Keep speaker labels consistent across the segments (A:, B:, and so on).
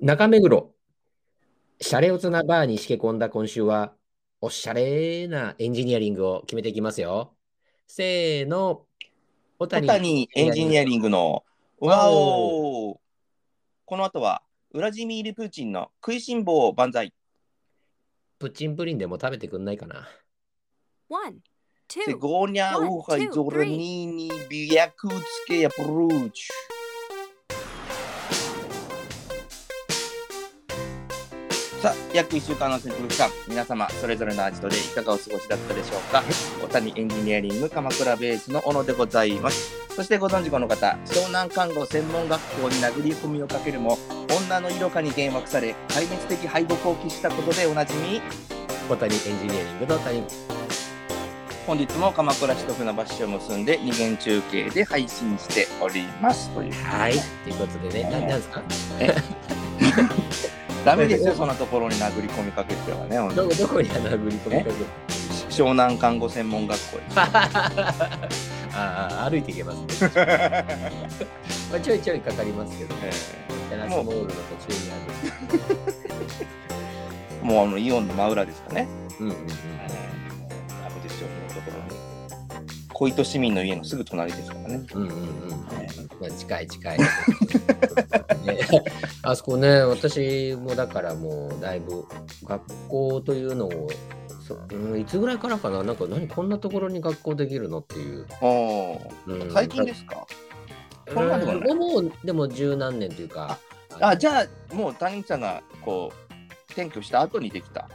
A: 中目黒、シャレオツなバーにしけ込んだ今週は、おしゃれなエンジニアリングを決めていきますよ。せーの、小
B: 小谷エンジニアリングの、わおーこの後は、ウラジミール・プーチンの食いしん坊万歳。
A: プッチンプリンでも食べてくんないかな。
C: One,
B: セ
C: two,
B: ゴニャウハイゾルニーニビヤクツケヤプルーチュ。さあ、約1週間の選挙期間、皆様、それぞれのアジトでいかがお過ごしだったでしょうか。小谷エンジニアリング鎌倉ベースの小野でございます。そしてご存知この方、湘南看護専門学校に殴り込みをかけるも、女の色化に幻惑され、壊滅的敗北を喫したことでおなじみ、
A: 小谷エンジニアリングの谷。
B: 本日も鎌倉市と船橋市を結んで二元中継で配信しておりますという
A: はい。ということでね、ななんですか
B: ダメですよそんなところに殴り込みかけてはね本当
A: どどこに穴殴り込みかける
B: 湘南看護専門学校です
A: ああ、歩いていけますね。まあ、ちょいちょいかかりますけど、
B: え
A: テラスモールの途中にあ
B: ーもうあのイオンの真裏ですかね
A: る。うんうんうん。
B: ダメですよそんなところに小糸市民の家のすぐ隣ですからね
A: うんうんうん。まあ、近い近い。 ね、あそこね、私もだからもうだいぶ学校というのをそ、うん、いつぐらいからかな、なんか何こんなところに学校できるのっていう。
B: おー
A: うん
B: 最近ですか
A: うん
B: こんなのもない
A: もうでも十何年というか。
B: あじゃあもう谷口さんがこう転居した後にできた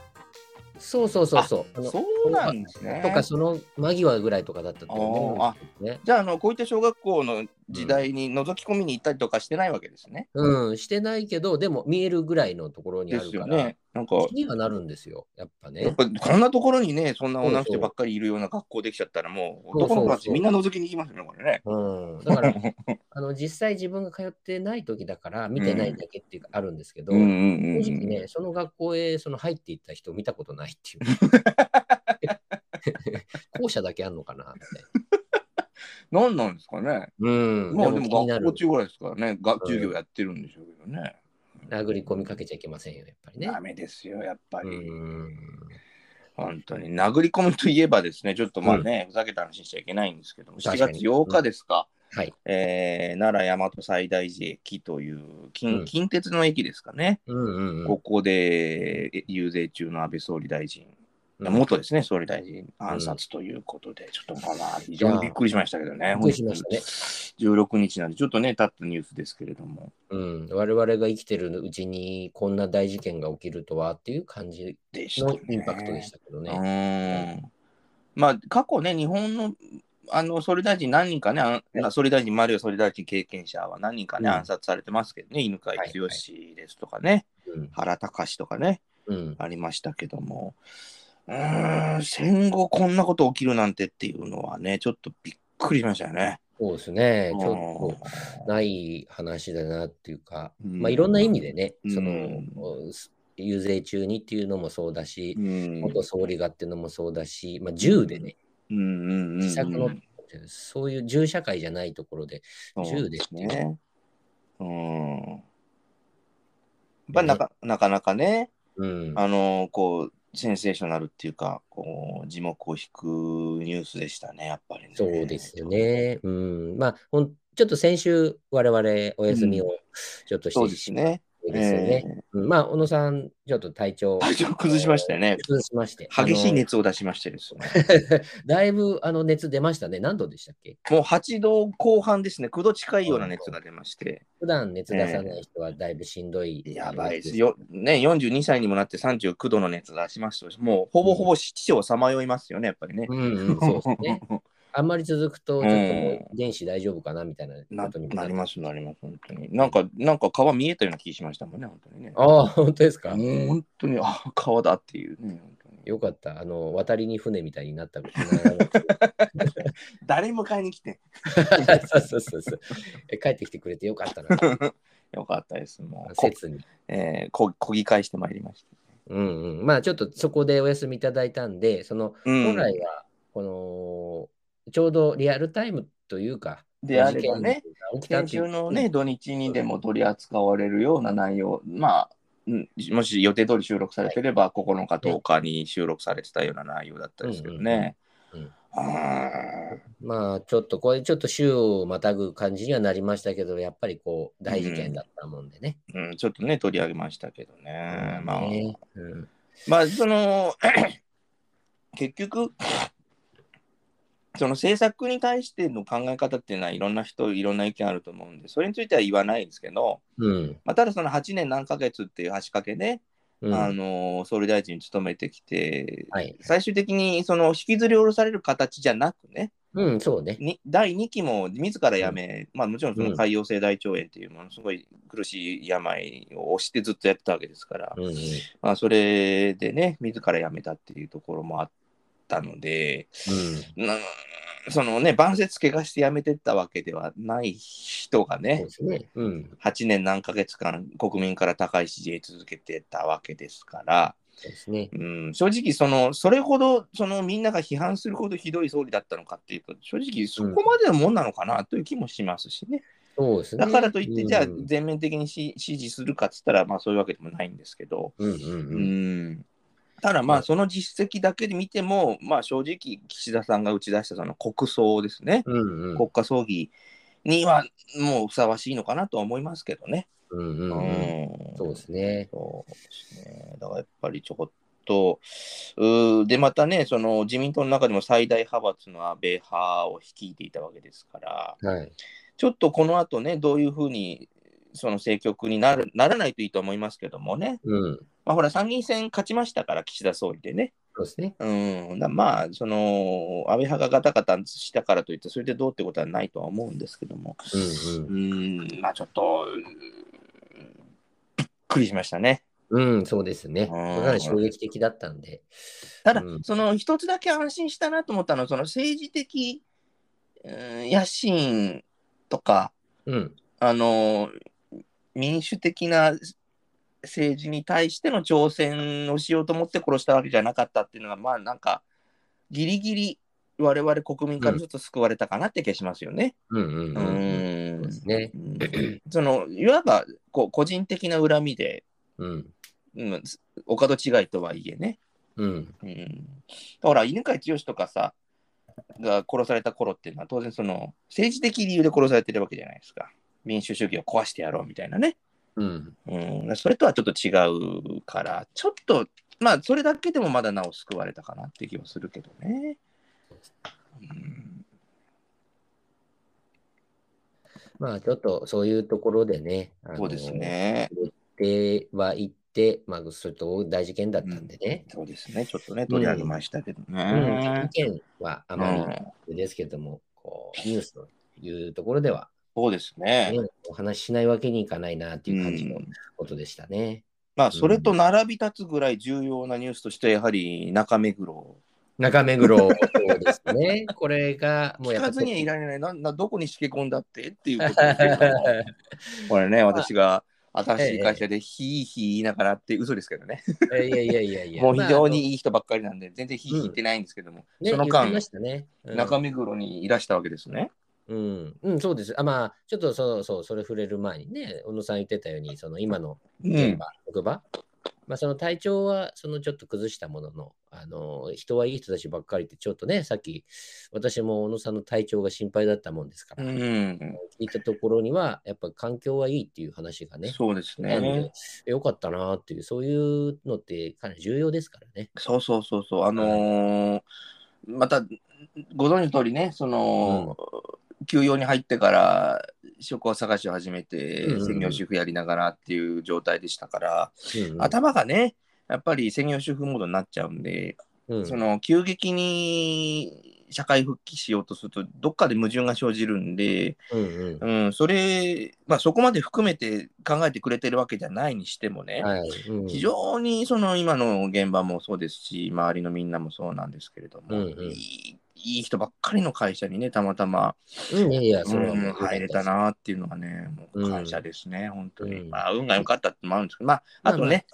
A: そうそうそうそう。あの
B: そうなんですね
A: とかその間際ぐらいとかだったと思うんですよね。
B: じゃあ、あの、こういった小学校の時代に覗き込みに行ったりとかしてないわけですね。
A: うん、してないけど、でも見えるぐらいのところにあ
B: で
A: る
B: す
A: か
B: よ
A: ら、
B: ね。なんか、
A: 気にはなるんですよ、やっぱ
B: やっ
A: ね。
B: ぱこんなところにね、そんな女の
A: そうそ
B: 人
A: う
B: ばっかりいるような学校できちゃったら、もう、
A: そうそうそう
B: 男の子たちみんな覗きに行きますよね、これね。
A: うん、だ から、あの実際自分が通ってない時だから見てないだけっていうかあるんですけど、
B: うんうんうんう
A: 正直
B: ん。
A: ね、その学校へその入っていった人見たことないっていう。 校舎だけあんのかなって。
B: 何なんですかね。
A: うん、
B: まあ、
A: でも
B: でも
A: 気にな
B: 学校
A: る。
B: 中ぐらいですからね、が
A: ん
B: 授業やってるんでしょうけどね。
A: 殴り込みかけちゃいけませんよ、やっぱりね
B: ダ。メですよ、やっぱ
A: う
B: り。
A: ん。
B: 本当に。殴り込みといえばですね、ちょっとまあね、ふざけた話しちゃいけないんですけども、7
A: 確か
B: 月
A: に
B: 8日ですか。
A: はい。
B: えー奈良大和西大寺駅という
A: うん
B: 近近鉄の駅ですかね、
A: うんうんうん
B: ここでえ遊説中の安倍総理大臣、
A: うん。
B: 元ですね、総理大臣、暗殺ということで、ちょっとまあまあ、非常にびっくりしましたけどね、
A: びっくりしましたね
B: 本当に16日なんで、ちょっとね、経ったニュースですけれども、
A: うん、我々が生きてるうちにこんな大事件が起きるとはっていう感じ
B: でした
A: の
B: ね。
A: インパクトでしたけどね。
B: うんまあ、過去ね、日本のあの総理大臣、何人かね、ああ総理大臣、マリオ総理大臣経験者は何人かね、
A: うん
B: 暗殺されてますけどね、犬飼
A: はい
B: 剛ですとかね。
A: うん
B: 原隆とかね
A: うん、
B: ありましたけどもうーん戦後こんなこと起きるなんてっていうのはねちょっとびっくりしましたよね。
A: そうですね。
B: うん
A: ちょっとない話だなっていうか、
B: うん
A: まあ、いろんな意味でね、
B: うん
A: その遊説中にっていうのもそうだし
B: う、ん
A: 元総理がっていうのもそうだし、まあ、銃でね、
B: うんうんうん
A: 自作のそういう銃社会じゃないところで、
B: そう
A: 銃ですね
B: ね。うんまあ、なかなかなかね、
A: うん、
B: あのこうセンセーショナルっていうかこう字幕を引くニュースでしたねやっぱりね。
A: そうですよね。うん、まあほん、ちょっと先週、我々お休みをちょっとして
B: そうですね。
A: そうですよね。
B: ええ
A: うんまあ、小野さん、ちょっと体調
B: 体調崩しましたよね。
A: 崩しまして。
B: 激しい熱を出しましてですね。
A: あの。だいぶあの熱出ましたね。何度でしたっけ
B: もう8度後半ですね、9度近いような熱が出まして、
A: 普段熱出さない人はだいぶしんどい。
B: やばいです。よ、ね、42歳にもなって39度の熱出しますと、もうほぼほぼ死をさまよいますよね、やっぱりね。
A: うん、うん、そうです ね。あんまり続くと、ちょっともう電子大丈夫かなみたいな
B: な
A: ことにも
B: なり
A: す。
B: ます、なります、本当に。なんか、なんか皮見えたような気しましたもんね、本当にね。
A: ああ、本当ですか。
B: もう本当に、あ皮だっていうね、本当に。
A: よかった。あの、渡りに船みたいになった。
B: 誰迎えに来て。
A: そうそうそうそう。え帰ってきてくれてよかった な。
B: よかったです、もう。こ
A: 切に。
B: えーここぎ返してまいりました。
A: うんうん。まあちょっとそこでお休みいただいたんで、その
B: うん
A: 本来はこのちょうどリアルタイムというか、
B: であればね
A: 事件起きたっ
B: 先
A: ていう
B: 週のね、土日にでも取り扱われるような内容、まあ、うんもし予定通り収録されてれば、9日、10日に収録されてたような内容だったですけどね。
A: うんうん
B: あ
A: まあちょっとこれちょっと週をまたぐ感じにはなりましたけど、やっぱりこう大事件だったもんでね。
B: ーうん、ちょっとね、取り上げましたけどね。まあ、
A: ねうん
B: まあ、その、 結局、その政策に対しての考え方っていうのはいろんな人、いろんな意見あると思うんで、それについては言わないですけど、
A: うん。
B: まあ、ただその8年何ヶ月っていう足掛けで、
A: うん。
B: あの総理大臣に務めてきて、
A: はい。
B: 最終的にその引きずり下ろされる形じゃなくね、
A: うん、そうね。
B: に第2期も自ら辞め、まあ、もちろんその潰瘍性大腸炎っていうものすごい苦しい病を押してずっとやってたわけですから、
A: うんうん。
B: まあ、それでね、自ら辞めたっていうところもあったので、なそのね、晩節怪我して辞めてったわけではない人が
A: そう
B: ね
A: で、すね。うん。
B: 8年何ヶ月間国民から高い支持を得続けてたわけですから、
A: そうですね。
B: うん、正直その、それほどそのみんなが批判するほどひどい総理だったのかっていうと、正直そこまでのもんなのかなという気もしますしね。
A: そうですね。
B: だからといって、
A: うん
B: じゃあ全面的にし支持するかっつったら、まあそういうわけでもないんですけど、
A: うんうん
B: う
A: うん。
B: ん、ただま
A: う
B: あ、
A: ん
B: その実績だけで見ても、まあ正直、岸田さんが打ち出したその国葬ですね、
A: うんうん。
B: 国家葬儀にはもうふさわしいのかなとは思いますけどね。
A: うん
B: う
A: うんうん。
B: ん
A: そうですね。
B: そうですね。だからやっぱりちょこっと、うーで、またね、その自民党の中でも最大派閥の安倍派を率いていたわけですから、
A: はい。
B: ちょっとこの後ね、どういうふうに、その政局になるならないといいと思いますけどもね、
A: うん。
B: まあ、ほら、参議院選勝ちましたから、岸田総理でね、
A: そうですね。
B: うん、だまあ、その、安倍派がガタガタしたからといって、それでどうってことはないとは思うんですけども、
A: うん
B: うん、まあちょっと、うんびっくりしましたね。
A: うん。うん、そうですね。
B: う
A: か
B: ん
A: なり衝撃的だったんで。
B: ただ、
A: うん
B: その一つだけ安心したなと思ったのは、その政治的、うん野心とか、
A: うん。
B: あの民主的な政治に対しての挑戦をしようと思って殺したわけじゃなかったっていうのが、まあなんか、ギリギリ我々国民からちょっと救われたかなって気がしますよね。
A: うんうん
B: う
A: うん。
B: ん
A: そうですね。
B: うんそのいわばこう個人的な恨みで、
A: うん。
B: うん、お門違いとはいえね、
A: うん。
B: うん、だから犬飼剛とかさが殺された頃っていうのは当然その政治的理由で殺されてるわけじゃないですか民主主義を壊してやろうみたいなね、
A: うん。
B: うん、それとはちょっと違うからちょっとまあそれだけでもまだなお救われたかなって気もするけどね、うん、
A: まあちょっとそういうところでね。あの
B: そうです。ね
A: では行って、まあ、それと大事件だったんでね。
B: そうですねちょっとね取り上げましたけど
A: うん、
B: ね、
A: 意見はあ
B: う
A: まりあ
B: ん
A: れですけども、こうニュースというところでは、
B: そうです
A: ね
B: ね、
A: お話ししないわけにいかないなっていう感じの
B: うん
A: ことでしたね。
B: まあそれと並び立つぐらい重要なニュースとしてはやはり中目黒
A: 中目黒、そうですね。 これが、もう
B: 聞
A: やっ
B: か
A: ぱ
B: ずにはいられないなな、どこにしけ込んだってっていうことですけど もこれね、私が新しい会社でひいひい言いながらって嘘ですけどね、
A: いやいやいやいや、
B: もう非常
A: まあ
B: にいい人ばっかりなんで、全然ひいひい言ってないんですけども、
A: あのね、
B: その
A: 言って
B: 間
A: ま、したね。うん
B: 中目黒にいらしたわけですね。
A: うん、うん、そうです。あ、まあ、ちょっとそうそう、それ触れる前にね、小野さん言ってたように、その今の
B: う
A: 現
B: ん、
A: 場、職場、まあ、その体調はそのちょっと崩したものの、あの人はいい人たちばっかりって、ちょっとね、さっき私も小野さんの体調が心配だったもんですから、
B: う
A: 聞
B: ん、
A: いたところには、やっぱ環境はいいっていう話がね、
B: そうです
A: なんで
B: ね。
A: よかったなっていう、そういうのってかなり重要ですからね。
B: そうそうそうそう、あのーまたご存知の通りね、その、休養に入ってから職を探しを始めて、
A: うんうんうん
B: 専業主婦やりながらっていう状態でしたから、
A: うんうん
B: 頭がね、やっぱり専業主婦モードになっちゃうんで、
A: うん
B: その急激に社会復帰しようとすると、どっかで矛盾が生じるんで、
A: うん
B: うん、それ、まあ、そこまで含めて考えてくれてるわけじゃないにしても
A: う
B: ね、
A: んはいうん
B: 非常にその今の現場もそうですし、周りのみんなもそうなんですけれども、
A: うんうん
B: いいいい人ばっかりの会社にね、たまたま、
A: うんいやいや、それ
B: う、
A: はもうん
B: 入れたなっていうのがね、もう感謝ですね、本当に。
A: うん
B: まあ、運が良かったってのもあるんですけど、まあ、あと
A: まあま
B: ね、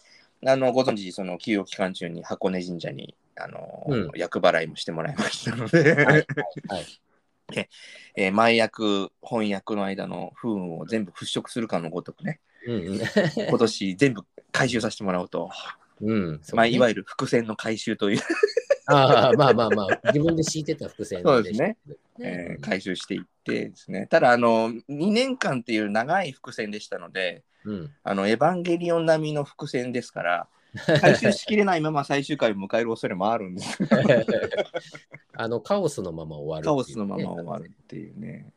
B: あのご存知、その休養期間中に箱根神社に、あの
A: うん
B: 厄払いもしてもらいましたの
A: は
B: で、
A: いはいはい
B: えー前役、本役の間の不運を全部払拭するかのごとく ね、
A: うん
B: 今年全部回収させてもらおうと、
A: うん。うん。そうね
B: まあ、いわゆる伏線の回収という、
A: ああ、まあまあまあ、自分で敷いてた伏線
B: そうですね
A: したね。
B: えー回収していってですね、ただあの、2年間っていう長い伏線でしたので、
A: うん。
B: あのエヴァンゲリオン並みの伏線で すから、回収しきれないまま最終回を迎える恐れもあるんです
A: あの、カオスのまま終わる
B: カオ
A: ってい
B: ス
A: うね、
B: のまま終わるってい うね、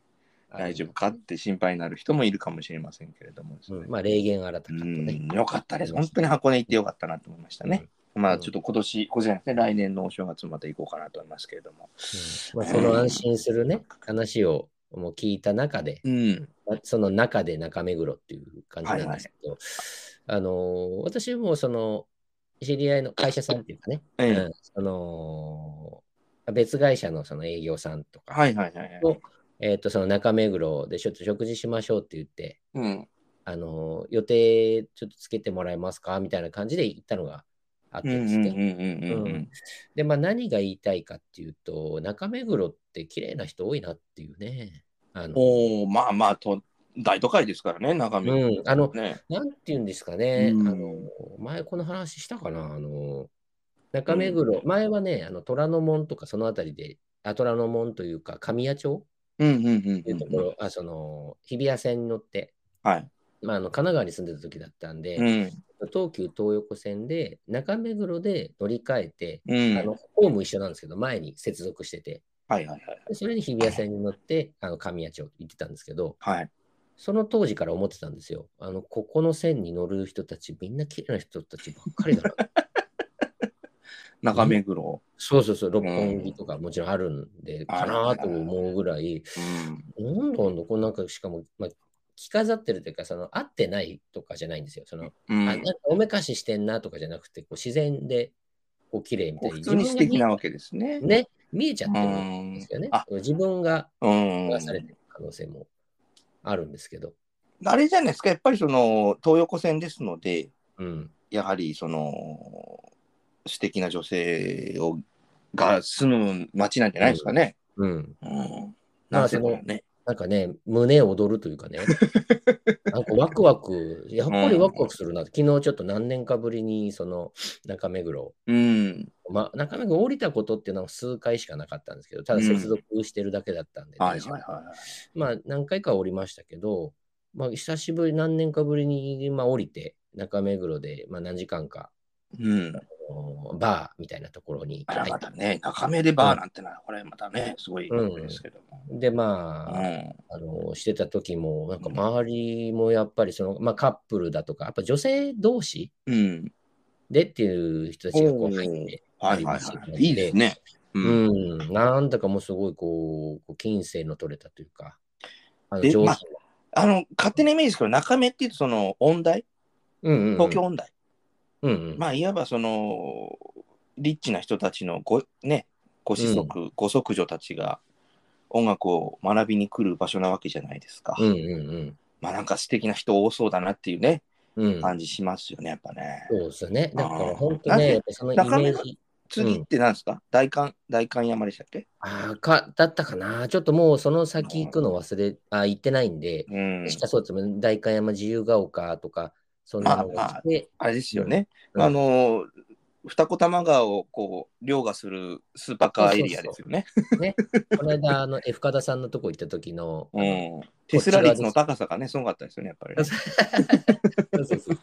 A: あの。
B: 大丈夫かって心配になる人もいるかもしれませんけれどもですね、
A: うんまあ、霊言新たか
B: う
A: とね。
B: ん、よかったです。本当に箱根行ってよかったなと思いましたね。まあちょっと今年、こちらですね、来年のお正月また行こうかなと思いますけれども。
A: うん。まあ、その安心するね、話をもう聞いた中で、
B: うん。
A: その中で中目黒っていう感じなんですけど、あのー私もその知り合いの会社さんっていうかね、
B: ええ
A: うんその別会社のその営業さんとか、
B: はいはいはいはい。
A: えー、とその中目黒でちょっと食事しましょうって言って、
B: うん。
A: あのー予定ちょっとつけてもらえますかみたいな感じで行ったのがあって
B: うんう
A: で
B: ん
A: す
B: うん
A: ね。
B: うんうん
A: う
B: う
A: ん
B: ん。
A: で、まあ、何が言いたいかっていうと、中目黒って綺麗な人多いなっていうね。あの
B: おおまあまあと、大都会ですからね、中身。
A: うん、あの
B: ね。
A: なんて言うんですかね、
B: うん
A: あの前この話したかな、あの中目黒、
B: うん
A: 前はね、あの虎ノ門とかそのあたりで、あ虎ノ門というか、神谷町
B: うんうんうん
A: と
B: う
A: い
B: ん
A: うところ、あその日比谷線に乗って、
B: はい。
A: まあ、あの神奈川に住んでた時だったんで、
B: うん。
A: 東急東横線で中目黒で乗り換えて、
B: うん。
A: あのホーム一緒なんですけど、前に接続してて、
B: はいはいはい。
A: でそれに日比谷線に乗って、あの神谷町行ってたんですけど、
B: はい。
A: その当時から思ってたんですよ。あの、ここの線に乗る人たち、みんな綺麗な人たちばっかりだ な。
B: 中目黒。
A: そうそうそう、六本木とかもちろんあるんで、かなと思うぐらい、
B: うん。
A: どんどんどこうなんか、しかも、まあ、着飾ってるというか、その、合ってないとかじゃないんですよ。その、
B: う
A: あなんんかおめかししてんなとかじゃなくて、こう自然で、こう、綺麗みたい
B: 普通に素敵なわけです
A: 自
B: ね。
A: 分が見えね、見えちゃ
B: う
A: ってるんで
B: ん
A: す。よね。
B: あ
A: 自分が
B: うん
A: 流。されてる可能性もあるんですけど。
B: あれじゃないですか、やっぱりその東横線ですので、
A: うん。
B: やはりその素敵な女性をが住む街なんじゃないですかね。
A: うん。
B: うん。
A: まあ
B: なんせもね。
A: なんかね、胸躍るというか ね、なんかワクワク、やっぱりワクワクするな、昨日ちょっと何年かぶりに、その中目黒、
B: うん。
A: まあ、中目黒降りたことっていうのは数回しかなかったんですけど、ただ
B: うん
A: 接続してるだけだったんで、
B: はいはい
A: 電車が
B: は
A: まあ何回か降りましたけど、まあ久しぶり、何年かぶりに、まあ、降りて、中目黒で、まあ、何時間か、
B: い。うん。
A: あのーバーみたいなところに
B: あ
A: 入
B: ら
A: っ
B: ま
A: て、
B: たね、中目でバーなんてのは、これまたね、すごい
A: うん
B: ですけども。
A: で、まあ、
B: う
A: あのしてた時も、なんか周りもやっぱりその、まあ、カップルだとか、やっぱ女性同士
B: ん。うん。
A: でっていう人たちがこう入って、
B: はいはいはい。いいですね。う
A: う。ん、なんだかもうすごいこう、こう金銭の取れたというか、あの
B: で
A: 上手
B: まああの、勝手なイメージですけど、中目っていうと、その、音大、
A: うんうんうん、
B: 東京、音大。
A: うんうん
B: まあ、いわばその、リッチな人たちのご、ね、ご子息、ご息女たちが音楽を学びに来る場所なわけじゃないですか。
A: うんうん
B: まあ、なんか素敵な人多そうだなっていうね、
A: うんうん
B: 感じしますよね、やっぱね。
A: そうですね。だから本当
B: なんで
A: ね、やっぱそのイメー
B: 中
A: ジ、
B: 次って何ですか大観、大観山でしたっけ
A: あーかだったかな、ちょっともうその先行くの忘れ、あ行ってないんで、
B: うん。
A: しかそうですね、代官山自由が丘とか、そんなのが来て、
B: あれですよね。
A: うん
B: あの、二子玉川をこう、凌駕するスーパーカーエリアですよね。
A: この間、あの、F カダさんのとこ行った時の、あ
B: う
A: の
B: ん。テスラ率の高さがね、すごかったですよね、やっぱりね。
A: そうそうそう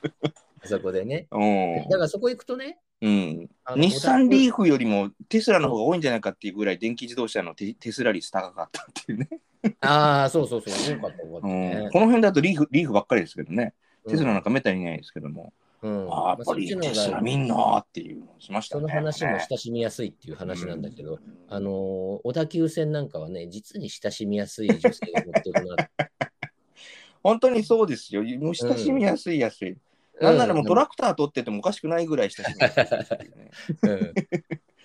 A: あそこでね。
B: うん
A: だからそこ行くとね、
B: うん、
A: あの
B: 日産
A: 小田
B: リーフよりもテスラの方が多いんじゃないかっていうぐらい電気自動車のテテスラ率高かったっていうね、
A: ああ、そうそうそう、多かった、多かった
B: うん
A: ね。
B: この辺だとリーフリーフばっかりですけどね、テスラなん
A: か、
B: かめったにいないですけども、
A: うん
B: ああやっぱり
A: まあ
B: テ
A: そっ
B: ス
A: ちの方
B: ラ
A: が
B: 見んなーっていうのをしました
A: そ
B: ね。
A: の話も親しみやすいっていう話なんだけど、
B: うん
A: あのー小田急線なんかはね、実に親しみやすい女性が乗ってるな。
B: 本当にそうですよ、もう親しみやすいやすい、 なんならもうトラクター取っててもおかしくないぐらい親しみやすいっていうね、
A: うん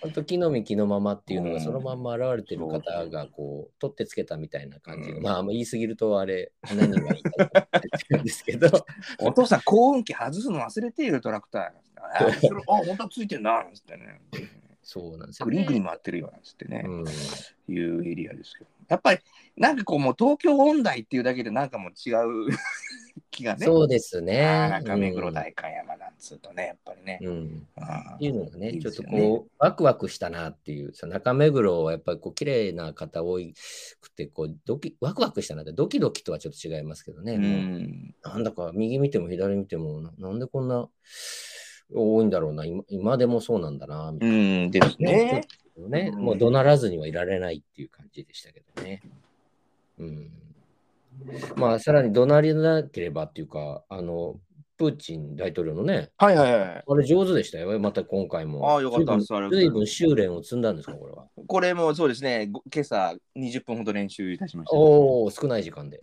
A: 本当、木の実木のままっていうのがそのまんま現れてる
B: う
A: 方
B: ん
A: が、こう、取ってつけたみたいな感じ
B: う
A: の。
B: ん
A: まあ、あんま言い過ぎるとあれ、何が言いたいかって言うんですけ ど、
B: お父さん、幸運機外すの忘れているトラクター。あ、後ろあ本当はついてんな、つってね。
A: そうなんですよ、
B: ぐ
A: ね。
B: りぐり回ってるようなんつってね、
A: うん。
B: いうエリアですけど、やっぱりなんかこう、もう東京音大っていうだけで、なんかもう違う 気がね、
A: そうですね。
B: 中目黒代官山なんつうとね、やっぱりね。
A: うん。うん。
B: あ
A: っていうのがね、
B: いい
A: ちょ
B: で
A: っ
B: す
A: と
B: よね
A: こう、ワクワクしたなっていう、その中目黒はやっぱりこう、綺麗な方多くて、こう、ドキ、ワクワクしたなって、ドキドキとはちょっと違いますけどね。
B: ーう、
A: もうんなんだか右見ても左見てもな、なんでこんな多いんだろうな、今今でもそうなんだな、みた
B: う
A: い
B: んです
A: な。
B: ね。
A: ね
B: うん
A: もう怒鳴らずにはいられないっていう感じでしたけどね。うん、まあ、さらに怒鳴りなければっていうか、あの、プーチン大統領のね、
B: はいはいは
A: あ
B: い。
A: れ上手でしたよ、また今回も。
B: ああよかった
A: 随分
B: それ
A: 随分修練を積んだんですか、これは。
B: これも そうですね、ご今朝20分ほど練習いたしました。
A: おお、少ない時間で。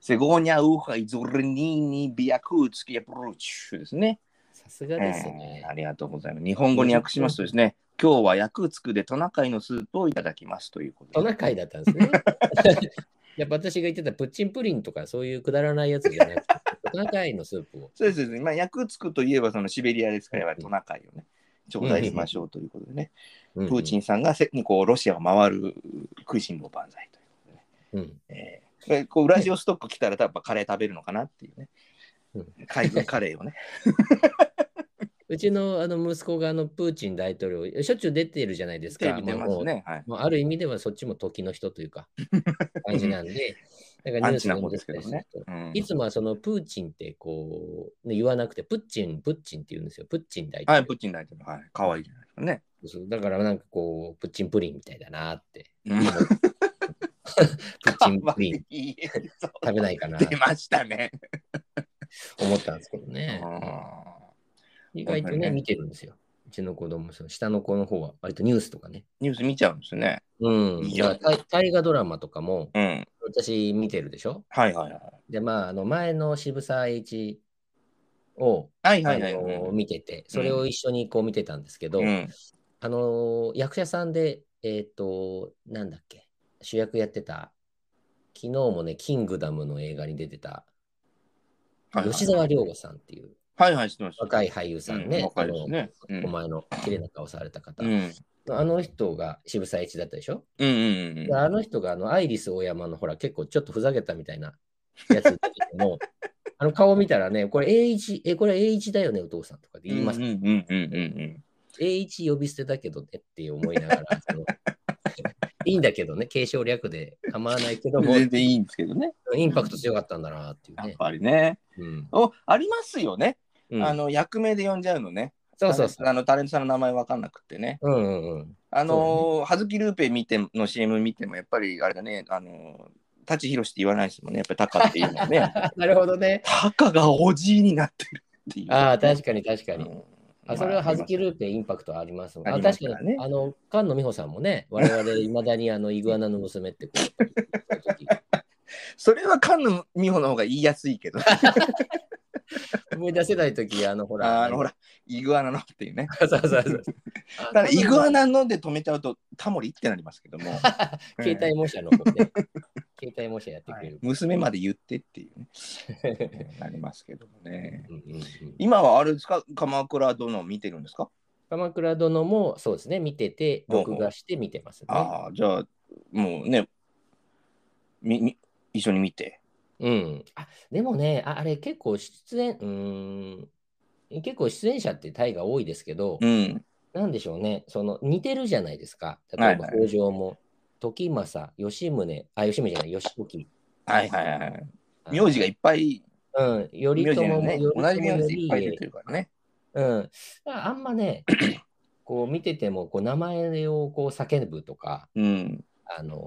B: セゴーニャウハイゾルニーニビアクーツキアプローチですね。
A: さすがですね
B: えー。ありがとうございます。日本語に訳しますとですね、今日はヤクーツクでトナカイのスープをいただきますということ
A: ト
B: で
A: ナカイだったんですね。 やっぱ私が言ってたプッチンプリンとかそういうくだらないやつじゃなくて、トナカイのスープを。
B: そうですそうですね。まあ、ヤクーツクといえばそのシベリアですから、トナカイをね、頂戴しましょうということでね、
A: プ
B: プーチンさんがせこうロシアを回る食いしん坊万歳ということでね
A: ン。うん。
B: えーでこうウラジオストック来たら、やっぱカレー食べるのかなっていうね
A: うん、
B: 海軍カレーをね。
A: うちのあの息子があのプーチン大統領、しょっちゅう出てるじゃない です
B: テレ
A: か。
B: ビ出ますね。はい
A: もうもうある意味ではそっちも時の人という か、感じなんで、だか
B: ア
A: らニュ
B: ン
A: ー
B: チ
A: ス
B: な
A: 読
B: 方
A: ん
B: で
A: ですた
B: けど
A: りする
B: ね。
A: と、
B: うん
A: いつもはそのプーチンってこう、ね言わなくて、プッチン、プッチンって言うんですよ。プッチン大
B: はい、
A: 統
B: プッチン大統領。はい、可愛いじゃないですかね。
A: 領。そうだからなんかこう、プッチンプリンみたいだなって。
B: うん
A: 思うプッチンプリン。
B: い い
A: 食べないかな
B: 出ましたね。
A: 思ったんですけど ね。
B: ニ
A: 意外と
B: そうだ
A: ね、
B: ね
A: 見てるんですよ。うちの子供、その下の子の方は、割とニュースとかね。
B: ュース見ちゃうんですね。
A: うん。
B: い
A: だ
B: や
A: から大大河ドラマとかも、
B: うん。
A: 私見てるでしょ
B: はいはいはい。
A: で、まあ、あの、前の渋沢栄一を、
B: はい
A: あ
B: はいはい。
A: の見てて、それを一緒にこう見てたんですけど、
B: うん、
A: あの、役者さんで、えっ、と、なんだっけ、主役やってた、昨日もね、キングダムの映画に出てた、吉沢亮吾さんっていう
B: はいはい、知ってます。
A: 若い俳優さん
B: うん
A: ね、
B: 若いですね。う
A: お
B: ん。
A: 前の綺麗な顔された方、
B: うん。
A: あの人が渋沢栄一だったでしょ、
B: うんうんうん
A: であの人があのアイリス大山のほら結構ちょっとふざけたみたいなやつだけど もあの顔見たらねこれ栄一えこれ栄一だよねお父さんとかって言います、
B: うんうんうんうんうん
A: 栄一呼び捨てだけどねって思いな がらそのいいんだけどね継承略で構わないけど
B: うん。
A: も
B: 全然いいんですけどね。
A: インパクト強かったんだなっていう
B: やっ
A: ね、
B: ぱりね。
A: うん
B: お、ありますよね。
A: うん
B: あの、役名で呼んじゃうのね。
A: そうそうそう
B: あの、タレントさんの名前わかんなくてね。
A: うんうんう ん
B: あのー、葉月ルーペ見てもの CM 見ても、やっぱりあれだね、あのー、舘ひろしって言わないですもんね。やっぱりタカっていうの はね。
A: あなるほどね
B: タカがおじいになってるっていう。
A: ああ確かに確か
B: う
A: に、
B: ん
A: あそれは葉月ル
B: ま
A: ーペインパクトありますもん。
B: あ
A: あ
B: ります
A: 確
B: から
A: か
B: ね
A: に、あの、菅野美穂さんもね、我々いまだにあの、イグアナの娘ってこう 言った時
B: あそれは菅野美穂の方が言いやすい けど、
A: 思い出せない時、あの、ほら、
B: あのほら、イグアナのっていうね。
A: そうそうそう そう。
B: だからイグ
A: ア
B: アナので止めちゃうとタモリってなりますけども、
A: 携帯模写の方 ね。携帯模写やってく
B: は
A: れ
B: い
A: る。
B: 娘まで言ってっていうね、なりますけどもね。
A: うんうんうん
B: 今はあれですか、鎌倉殿見てるんですか
A: 鎌倉殿もそうですね、見てて、
B: ほうほう
A: 録画して見てますね。
B: ああ、じゃあ、もうね、みみ一緒に見て。
A: うん。あでもね、ああれ結構出演、うーん、結構出演者ってタイが多いですけど、
B: うん。
A: なんでしょうね、その似てるじゃないですか。例えば、
B: はいは
A: 北
B: い
A: 条も、時政、吉宗、あ、吉宗じゃない、吉時。
B: はいはいはい。名字がいっぱい、
A: あのうん、頼
B: 名字
A: 朝
B: が
A: も、
B: ね、
A: 頼朝
B: 同じ名字
A: 頼
B: いっぱい出
A: 家
B: てるからね。
A: うん。だからあんまね、こう見てても、こう名前をこう叫ぶとか、
B: うん。
A: あの、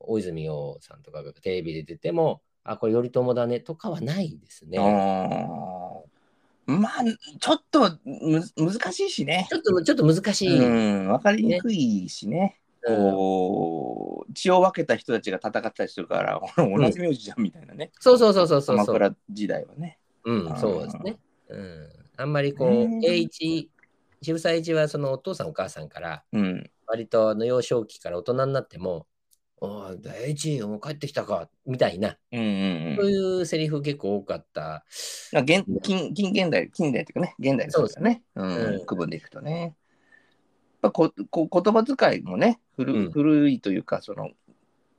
A: 大泉洋さんとかがテレビで出ても、あ、これ頼朝だねとかはないですね。
B: あーまあちょっとむ難しいしね。
A: ちょっと、ちょっと難しい。
B: うん、わかりにくいしね。
A: うん
B: こう血を分けた人たちが戦ったりするから、 同じ名字じゃんみたいなね。
A: そうそうそうそうそう
B: 鎌
A: そう。
B: 倉時代はね。
A: うん、そうですね。うん、あんまりこう、
B: うん
A: 栄一、渋沢栄一はそのお父さんお母さんから、
B: うん。
A: 割とあの幼少期から大人になっても、おい、栄一、もう帰ってきたか、みたいな、
B: うんうん。
A: そううんいうセリフ結構多かった。
B: まあ現近近現代、近代というかね、現代ですからね。う
A: うん
B: ん、区分でいくとね。ぱここ言葉遣いもね古,、
A: うん
B: 古いというかその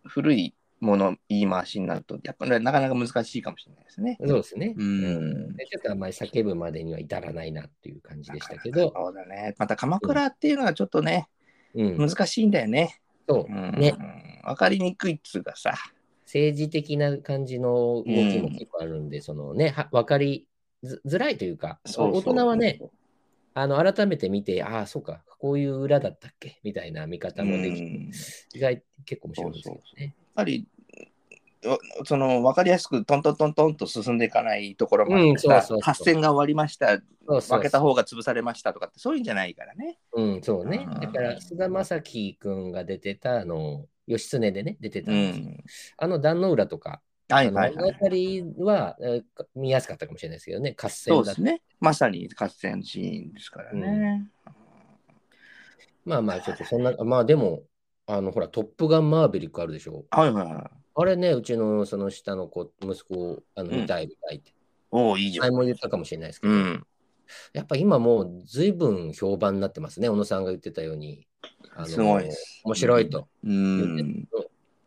B: 古いもの言い回しになるとやっぱりなかなか難しいかもしれないですね。
A: そうですね。
B: うん
A: でちょっとあんまり叫ぶまでには至らないなっていう感じでしたけ
B: な
A: ど、
B: かなかそうだね。また鎌倉っていうのはちょっとね、
A: うん、
B: 難しいんだよね。
A: そうう、
B: ん
A: ね、
B: わかりにくいっつうかさ。
A: 政治的な感じの動きも結構あるんで、そのね、は分かりづづらいというか、
B: そうそう
A: 大人はね、あの改めて見て、ああ、そうか、こういう裏だったっけみたいな見方もできて、
B: うんやっ
A: 意外結構面白いですよね。
B: ぱりわその分かりやすくトントントントンと進んでいかないところもあって
A: うんそうそう
B: さ
A: そう
B: 発戦が終わりました
A: そうそう
B: 負けた方が潰されましたとかってそういうんじゃないからね。
A: うん、そうね
B: うん。
A: だから、菅田将暉君が出てた、あの、義経でね、出てた
B: うん
A: ですよ、
B: ん、
A: あの、壇の浦とか、
B: は
A: あ
B: い
A: の、
B: はい
A: あの
B: はい。
A: 辺りは、えーか見やすかったかもしれないですけどね、合戦
B: そう
A: だ
B: で
A: っ
B: すね。まさに合戦シーンですからね。
A: まあまあ、ちょっとそんな、まあでも、あの、ほら、トップガンマーヴェリックあるでしょ。
B: はいはいはい。
A: あれね、うちのその下の子、息子、あの、
B: うん
A: 見たい見たいって、
B: おお、いいじゃ
A: 前
B: ん。
A: も言ったかもしれないですけ
B: う
A: ど、
B: ん。
A: やっぱ今もう随分評判になってますね、小野さんが言ってたように。あの
B: すごいです。
A: 面白いと。
B: うん。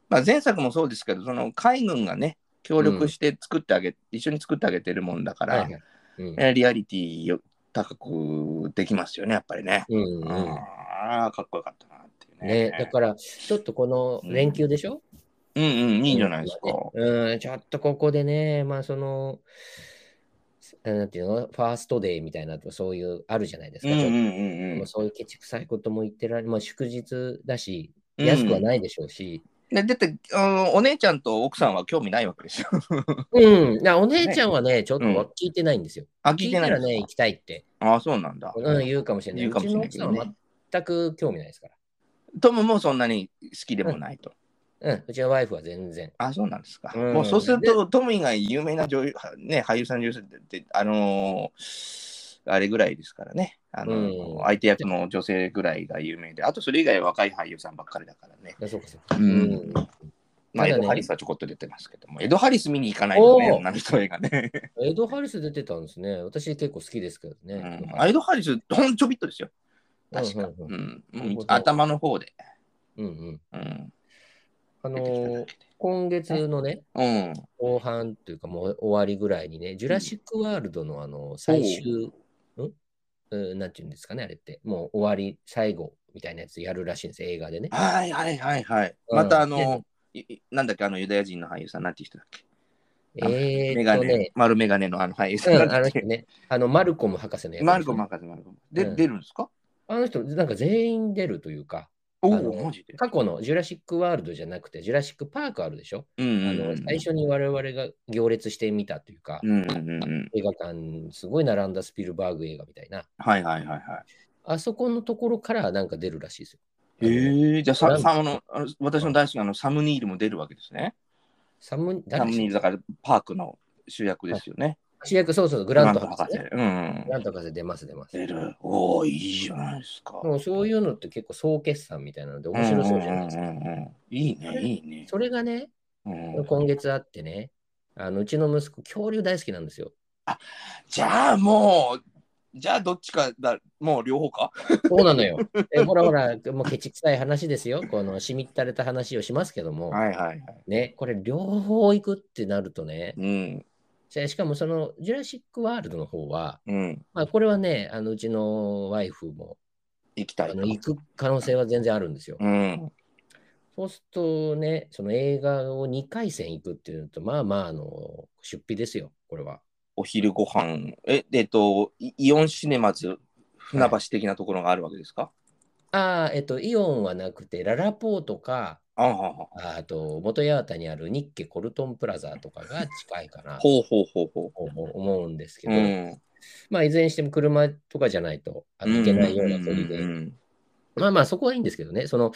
B: まあ、前作もそうですけど、その海軍がね、協力して作ってあげ、一緒に作ってあげてるもんだから、
A: はいはいうん
B: えーリアリティを高くできますよね、やっぱりね。
A: うんうん
B: ああ、かっこよかったなっていうね。
A: ね、だから、ちょっとこの連休でしょ、
B: うんうん、いいじゃないですか。
A: うん、ちょっとここでね、まあその、なんていうの、ファーストデーみたいなと、そういう、あるじゃないです
B: う
A: か。
B: ん
A: ち
B: うん
A: ょっと
B: うんう
A: も
B: ん
A: う。そういうケチくさいことも言ってられ、まあ祝日だし、安くはないでしょうし、
B: で、だって、あのお姉ちゃんと奥さんは興味ないわけですよ。
A: うん、なお姉ちゃんはね、ちょっとわ聞いてないんですよ。
B: あ、聞
A: 聞
B: い
A: い
B: て
A: た
B: ない
A: ら
B: ですか
A: ね、行きたいって、
B: ああ、そうなんだ。
A: うん、言うかもしれない。
B: 言うかもしれない
A: ち
B: け
A: の
B: ど
A: 奥
B: ね
A: さんは全く興味ないですから。
B: トムもそんなに好きでもないと。
A: うん、うちのワイフは全然。
B: あ、そうなんですか。
A: うん
B: もうそうすると、トム以外有名な女優、はね、俳優さん、女優さんって、あのーあれぐらいですからね。あのー
A: うん
B: 相手役の女性ぐらいが有名で、あとそれ以外は若い俳優さんばっかりだからね。
A: あそうかそうか。
B: うん
A: うん
B: ま
A: た
B: あ、エ
A: だね
B: ド・ハリスはちょこっと出てますけども、エド・ハリス見に行かないとね、
A: おー
B: 女の人映画ね。
A: エド・ハリス出てたんですね。私結構好きですけどね。
B: うんあエド・ハリス、ほんちょびっとですよ。確か。
A: うんうんう
B: うんん
A: なるほど
B: 頭の方で。
A: うんうん
B: うん。
A: あの
B: 出てきただ
A: ー今月のね、
B: けでうん。
A: 後半というかもう終わりぐらいにね、ジュラシック・ワールドのあの最終、うんうんなんていうんですかね、あれって、もう終わり、最後みたいなやつやるらしいんですよ、映画でね。
B: はいはいはいはい。
A: うん
B: またあの、いいなんだっけ、あのユダヤ人の俳優さん、なんていう人だっけ。あ
A: え
B: メ
A: ー、
B: ガ
A: っと
B: ネ
A: ね、、
B: 丸メガネのあの俳優さ
A: うんん、
B: な
A: あ
B: んだ
A: の
B: っ
A: 人
B: け。
A: ね、あのマルコム博士の役
B: マルコ
A: ですね
B: 任せマルコム。で、
A: うん
B: 出るんですか
A: あの人、なんか全員出るというか、
B: お
A: あの
B: お、マジで。
A: 過去のジュラシック・ワールドじゃなくて、ジュラシック・パークあるでしょ、
B: うん
A: あ
B: うんう
A: の
B: ん。
A: 最初に我々が行列してみたというか、
B: うんうんうんうん。
A: 映画館、すごい並んだスピルバーグ映画みたいな、
B: はいはいはいは
A: あそこのところからなんか出るらしいですよ。
B: い。へえ、じゃあ
A: な
B: さ、
A: ん
B: さあのあの私の大好きなあのサム・ニールも出るわけですね。
A: サム、
B: サ
A: 誰
B: ム・
A: でし
B: ニールだからパークの主役ですよね。
A: た主役、そうそう、グ
B: グ
A: ラント博士、ね。
B: 士。うん
A: グ。ラント博士出ます、出ます。
B: 出る。おお、いいじゃないですか。
A: もうそういうのって結構総決算みたいなので面白そうじゃないですか。
B: うんうんうんうんいいね、いいね。
A: それがね、
B: うん
A: 今月あってね、あのうちの息子、恐竜大好きなんですよ。
B: じゃあもう、じゃあどっちかだ、もう両方か
A: そうなのよ。えほらほら、もうケチくさい話ですよ。このしみったれた話をしますけども、
B: はいはいはい。
A: ね、これ両方行くってなるとね、
B: うん、
A: ししかもそのジュラシック・ワールドの方は、
B: うん、
A: まあ、これはね、あのうちのワイフも
B: 行きた
A: あ
B: いと
A: の行く可能性は全然あるんですよ。
B: うん、
A: そうするとね、その映画を2回戦行くっていうのと、まあまああの出費ですよ、これは。
B: お昼ご飯え、えっと、イイオンシネマズ船橋的なところがあるわけですか、
A: ああ、えっと、イオンはなくて、ララポーとか、
B: ああは
A: ああと、元八幡にあるニッケコルトンプラザとかが近いかな
B: あ、ほうほうほうほ
A: 思うんですけ
B: う。
A: ど、
B: うん、
A: まあいずれにしても車とかじゃないとあの行けないような距離
B: うんうん
A: で、
B: うん
A: まあまあそこはいいんですけどね、その、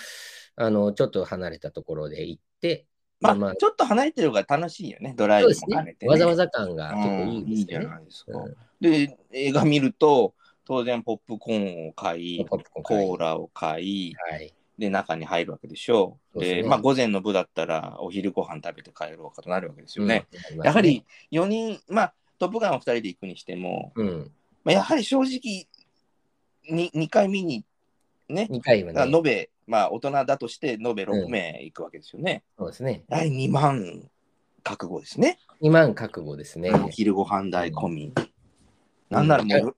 A: あの、ちょっと離れたところで行って、
B: まあ、
A: まあまあ
B: ちょっと離れてる方が楽しいよね、ドライ
A: そう
B: ブ
A: です
B: も兼ね
A: ね
B: て、ね、
A: わざわざ感が結構
B: うん
A: いい
B: いい
A: んです
B: じ
A: よ
B: ゃ
A: ね。
B: ないですか。
A: うん
B: で、映画見ると、当然ポップコーンを買い、
A: ポップコーン買い
B: コーラを買い、
A: はい。
B: で、中に入るわけでしょ
A: そ
B: う。
A: うです
B: で、
A: ね
B: まあ、午前の部だったら、お昼ご飯食べて帰ろうかとなるわけですよね。
A: うん
B: やは、り、4人、まあ、トップガンを2人で行くにしても、
A: うん。
B: まあ、やはり正直に、2回見にね。
A: 2回は
B: だから
A: ね、
B: 延べ、まあ、大人だとして延べ6名いくわけですよね。
A: そうですね。
B: 第2万覚悟ですね。
A: 2万覚悟ですね。
B: お昼ご飯代込み。なんならもう、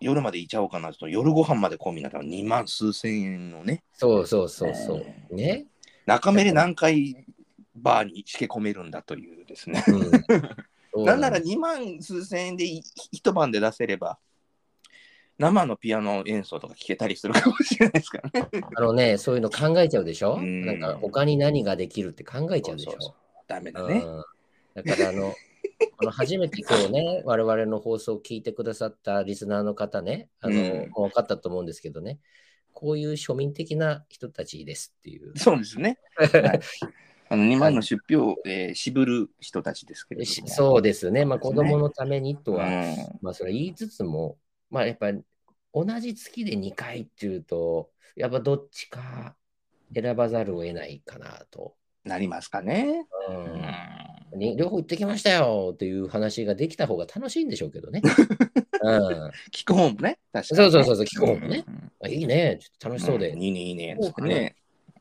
B: 夜までいちゃおうかなちょっと夜ご飯まで込みなら2万数千円のね。
A: そうそうそうそう。ね。
B: 中目で何回バーにしけ込めるんだというですね。
A: うんそう
B: なん
A: な
B: なんら
A: です
B: 2万数千円でい一晩で出せれば、生のピアノ演奏とか聴けたりするかもしれないです からね。
A: あのね、そういうの考えちゃうでしょ
B: うん
A: なんか他に何ができるって考えちゃうでしょ
B: そうそうダメだ
A: う
B: ね。
A: んだからあの、 あの初めて今日ね、我々の放送を聞いてくださったリスナーの方ね、あの、
B: うん
A: もう分かったと思うんですけどね、こういう庶民的な人たちですっていう。
B: そうですね。はいあの2万の出費を、えー渋る人たちですけれど
A: し
B: も。
A: そうですね、まあ、
B: そう
A: 子
B: ですね
A: 供のためにとは、
B: うん
A: まあそれ言いつつも、まあやっぱり同じ月で2回っていうと、やっぱどっちか選ばざるを得ないかなと。
B: なりますかね。
A: う
B: うんん
A: に両方行ってきましたよっていう話ができた方が楽しいんでしょうけど ね。うん、
B: 聞く方もね、確かに、
A: そうそうそうそう、聞く方もね。
B: うん。うん
A: あいいね、ちょっと楽しそうで
B: ん。いいね、いいね。ですね。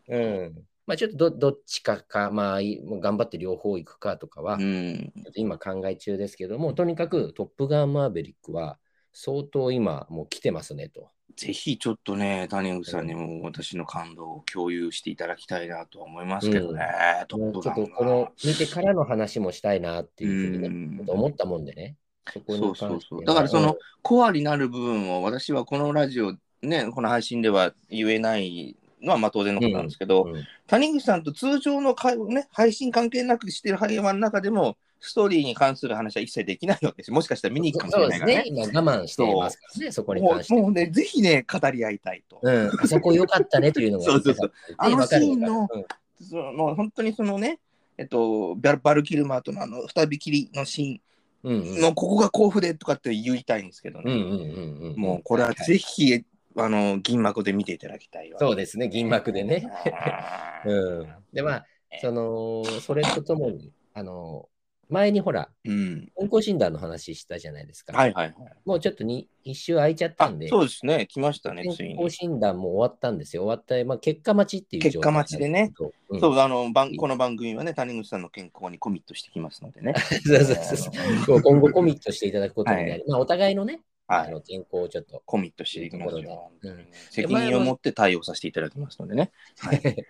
A: うん。まあちょっとどどっちかか、まあいもう頑張って両方行くかとかは、
B: う
A: ちょ
B: ん。
A: っと今考え中ですけども、とにかくトップガンマーベリックは相当今もう来てますねと。
B: ぜひちょっとね、谷口さんにも私の感動を共有していただきたいなとは思いますけどね、トップ
A: ちょ
B: ガ
A: っ
B: ン
A: と
B: は
A: この見てからの話もしたいなっていうふうにね、
B: うん
A: ちょっと思ったもんでね。そこに
B: そう
A: 関して
B: そ
A: は
B: うそう。だからその、コアになる部分を私はこのラジオ、ね、この配信では言えないのはまあ当然のことなんですけど、
A: うん
B: 谷口さんと通常の会話ね、配信関係なくしてる会話の中でも、ストーリーに関する話は一切できないわけです。もしかしたら見に行くか
A: そ
B: もし
A: う
B: れ
A: です
B: ないから
A: ね
B: ね。。
A: 今我慢していますからね、そこに
B: も
A: 関して
B: う
A: は。
B: もうね、ぜひね、語り合いたいと。
A: うん、あそこ良かったねというのが言いたかったですね。
B: そうそうそうあの
A: わかる
B: シーンの
A: わかる
B: その本当にそのね、えっと、バルバルキルマーとのあの二人きりのシ
A: うんうん
B: ーンのここが甲府でとかって言いたいんですけど
A: うん
B: ね、
A: うんうんうん。
B: もうこれはぜひ、あの銀幕で見ていただきたいわ。
A: そうですね、銀幕でね。
B: あー
A: うん。で、まあ、その、それとともに、あの、前にほら、
B: うん、
A: 健康診断の話したじゃないですか。
B: はいはいはい。
A: もうちょっとに一周空いちゃった
B: あ
A: んで、
B: そうですね、来ましたね、つい
A: 健康
B: に。
A: 診断も終わったんですよ。終わった、まあ、結果待ちっていう状態なんすけど
B: 結果待。
A: うん
B: そうあの番この番組はね、谷口さんの健康にコミットしてきますのでね。
A: そうそうそうそう。 そう今後コミットしていただくことになり、
B: はい
A: まあ、お互いのね、
B: は
A: あ
B: い、
A: の健康をちょっと。
B: コミットしていきます
A: というと
B: よ
A: こ。ろでうん
B: 責任を持って対応させていただきますのでね。はい、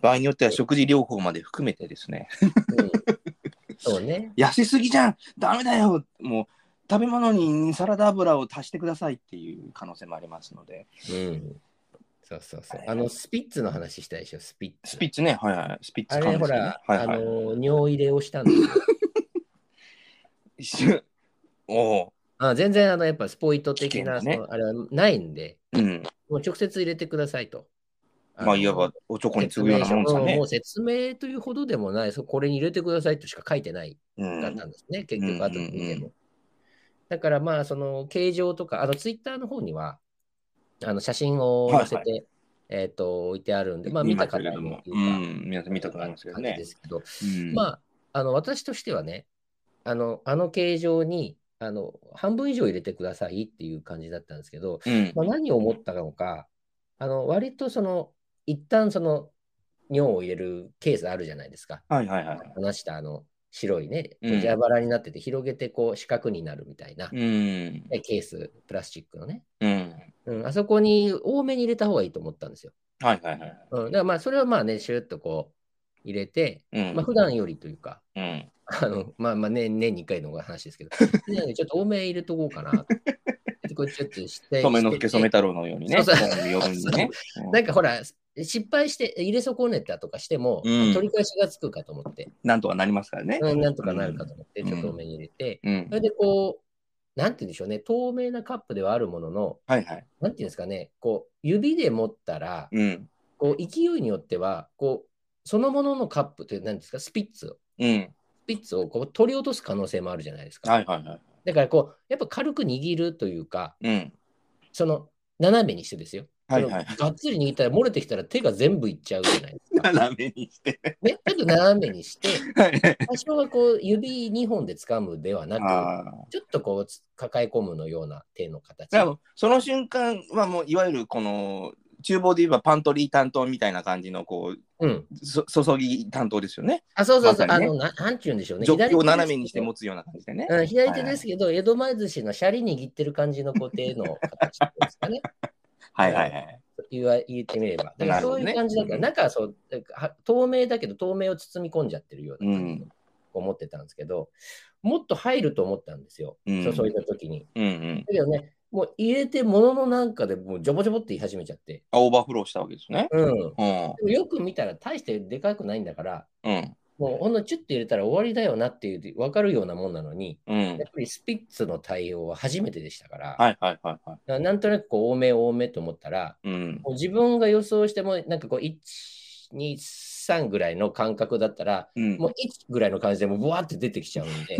B: 場合によっては食事療法まで含めてですね。
A: うんそうね。
B: 痩せすぎじゃんダメだよもう食べ物にサラダ油を足してくださいっていう可能性もありますので
A: うん。そうそうそう。あの、スピッツの話したでしょ、スピッツ。
B: スピッツねはいはいスピッツ
A: あれ、
B: 缶で
A: ほ
B: すね
A: ら、
B: はい
A: あ
B: はい
A: の、尿入れをしたん ですよ。
B: 一瞬おう
A: あ全然、あの、やっぱスポイト的
B: 危
A: な、
B: 険
A: そ
B: だね
A: のあれはないんで、
B: うん
A: もう直接入れてくださいと。
B: まあいわばおちょこに次ぐようなもんですよ
A: 説明書うんも
B: ね
A: う説明というほどでもない、そうこれに入れてくださいとしか書いてない
B: うん
A: だったんですね、結局、後で見て
B: うんうんう
A: も。だからまあ、その形状とか、あのツイッターの方には、あの写真を載せて、
B: はい
A: えっ、と、置いてあるんで、まあ、
B: 見
A: 見
B: ま
A: た
B: した
A: 方
B: け
A: に
B: れど
A: も
B: も、うん、皆さん見たくなりますけど
A: 感じ
B: ね
A: で。すけど、
B: うん
A: まあ、あの私としてはね、あのあの形状にあの半分以上入れてくださいっていう感じだったんですけど、
B: うん
A: まあ、何を思ったのか、あの割とその、一旦その尿を入れるケースあるじゃないですか。
B: はいはいはい。
A: 話したあの白いね、
B: うん
A: 蛇腹になってて、広げてこう四角になるみたいな、
B: うん
A: ねケース、プラスチックのね、
B: うん
A: うん。あそこに多めに入れた方がいいと思ったんですよ。
B: はいはいはい。
A: うん、だからまあ、それはまあね、シューッとこう入れて、
B: うん
A: まあ普段よりというか、
B: うん
A: あの、まあまあ年、年2回の話ですけど、普段よりちょっと多め入れとこうかなと。でこれちょっとして。
B: 染めのふけ染め太郎のようにね、
A: そうそう
B: このようにね。うん
A: なんかほら、失敗して入れ損ねたとかしても、
B: うん
A: 取り返しがつくかと思って、
B: なんとかなりますからね。
A: うんなんとかなるかと思って、
B: うん
A: ちょっと多めに入れて、
B: うん
A: それでこう、なんて言うんでしょうね、透明なカップではあるものの、
B: はいはい。
A: なんていうんですかね、こう、指で持ったら、
B: うん
A: こう、勢いによっては、こう、そのもののカップという、なんですか、スピッツを、
B: うん
A: スピッツをこう取り落とす可能性もあるじゃないですか。
B: はいはいはい。
A: だからこう、やっぱ軽く握るというか、
B: うん
A: その、斜めにしてですよ。
B: はいはい
A: そのがっつり握ったら漏れてきたら手が全部いっちゃうじゃないですか。
B: 斜めにして。
A: ね、ちょっと斜めに して、
B: はい。
A: 多少はこう指2本で掴むではなく、
B: ああ。
A: ちょっとこうつ抱え込むのような手の形。
B: でもその瞬間はもういわゆるこの厨房で言えばパントリー担当みたいな感じの、こ
A: うん。
B: う、そ注ぎ担当ですよね。
A: あ、そうそうそう。
B: まさ
A: あ
B: にね
A: の、ななんて言うんでしょうね。
B: ジョッキを
A: 左手ですけど
B: 斜めにして持つような感じでね。
A: うん、左手ですけど、江戸前寿司のシャリ握ってる感じの固定の形ですかね。
B: はいはいはい。
A: 言わ言ってみれば。だか
B: な
A: ら
B: るほ
A: そ
B: ど
A: う
B: ね
A: いう感じだったら、
B: うん
A: 中はそう、は透明だけど、透明を包み込んじゃってるような
B: うん
A: 感じ思ってたんですけど、もっと入ると思ったんですよ、
B: うん
A: 注いだ時に。
B: うんうん。
A: だけどね、もう入れて、もののなんかでもうジョボジョボって言い始めちゃって。
B: あオーバーフローしたわけですね。
A: うん。
B: うん。
A: でもよく見たら、大してでかくないんだから、
B: うん。
A: もうほんのチュッて入れたら終わりだよなっていう、分かるようなもんなのに、
B: うん
A: や。っぱりスピッツの対応は初めてでしたから、
B: はいはいはいは
A: ななんとなくこう多め多めと思ったら、
B: い。うん。
A: もう自分が予想しても、なんかこう、1、2、3ぐらいの感覚だったら、
B: うん
A: もう1ぐらいの感じでもうブワーって出てきちゃ うんで、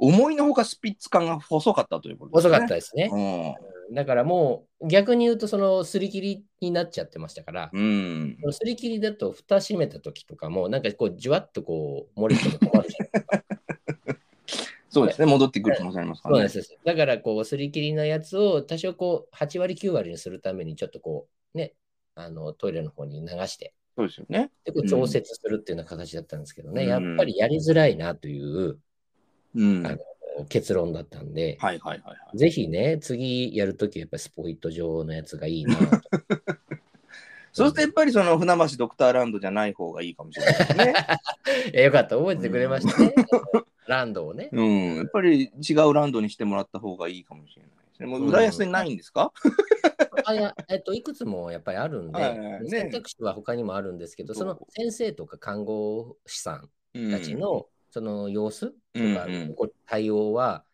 B: 思いのほかスピッツ感が細かったということ
A: 遅かっ
B: ね
A: たですね。
B: うん
A: だからもう、逆に言うと、その、すり切りになっちゃってましたから、
B: うん
A: そのすり切りだと、蓋閉めた時とかも、なんかこう、じわっとこう、漏れても困るじ ゃないですか。
B: そうですね、戻ってくる可能性ありますか
A: そうな
B: ら
A: ん
B: ね
A: で。すよ。だから、こう、すり切りのやつを、多少こう、8割、9割にするために、ちょっとこう、ね、あの、トイレの方に流して、
B: そうですよね。
A: でこう調節するっていうような形だったんですけどね、
B: うん
A: やっぱりやりづらいなという
B: うん。は
A: あ
B: い
A: の結論だったんで、
B: はいはいはい。
A: ぜひね、次やるときやっぱりスポイト状のやつがいいなと。
B: そうするとやっぱりその船橋ドクターランドじゃない方がいいかもしれないですね。
A: えよかった、覚えてくれましたね。 ランドをね。
B: うん。やっぱり違うランドにしてもらった方がいいかもしれないですね。もう浦安にないんですか、
A: あいやえっと、いくつもやっぱりあるんで、
B: はいはいね
A: 選択肢は他にもあるんですけど、その先生とか看護師さん
B: うん、
A: たちのその様子とか、
B: うんうん
A: こう対応は、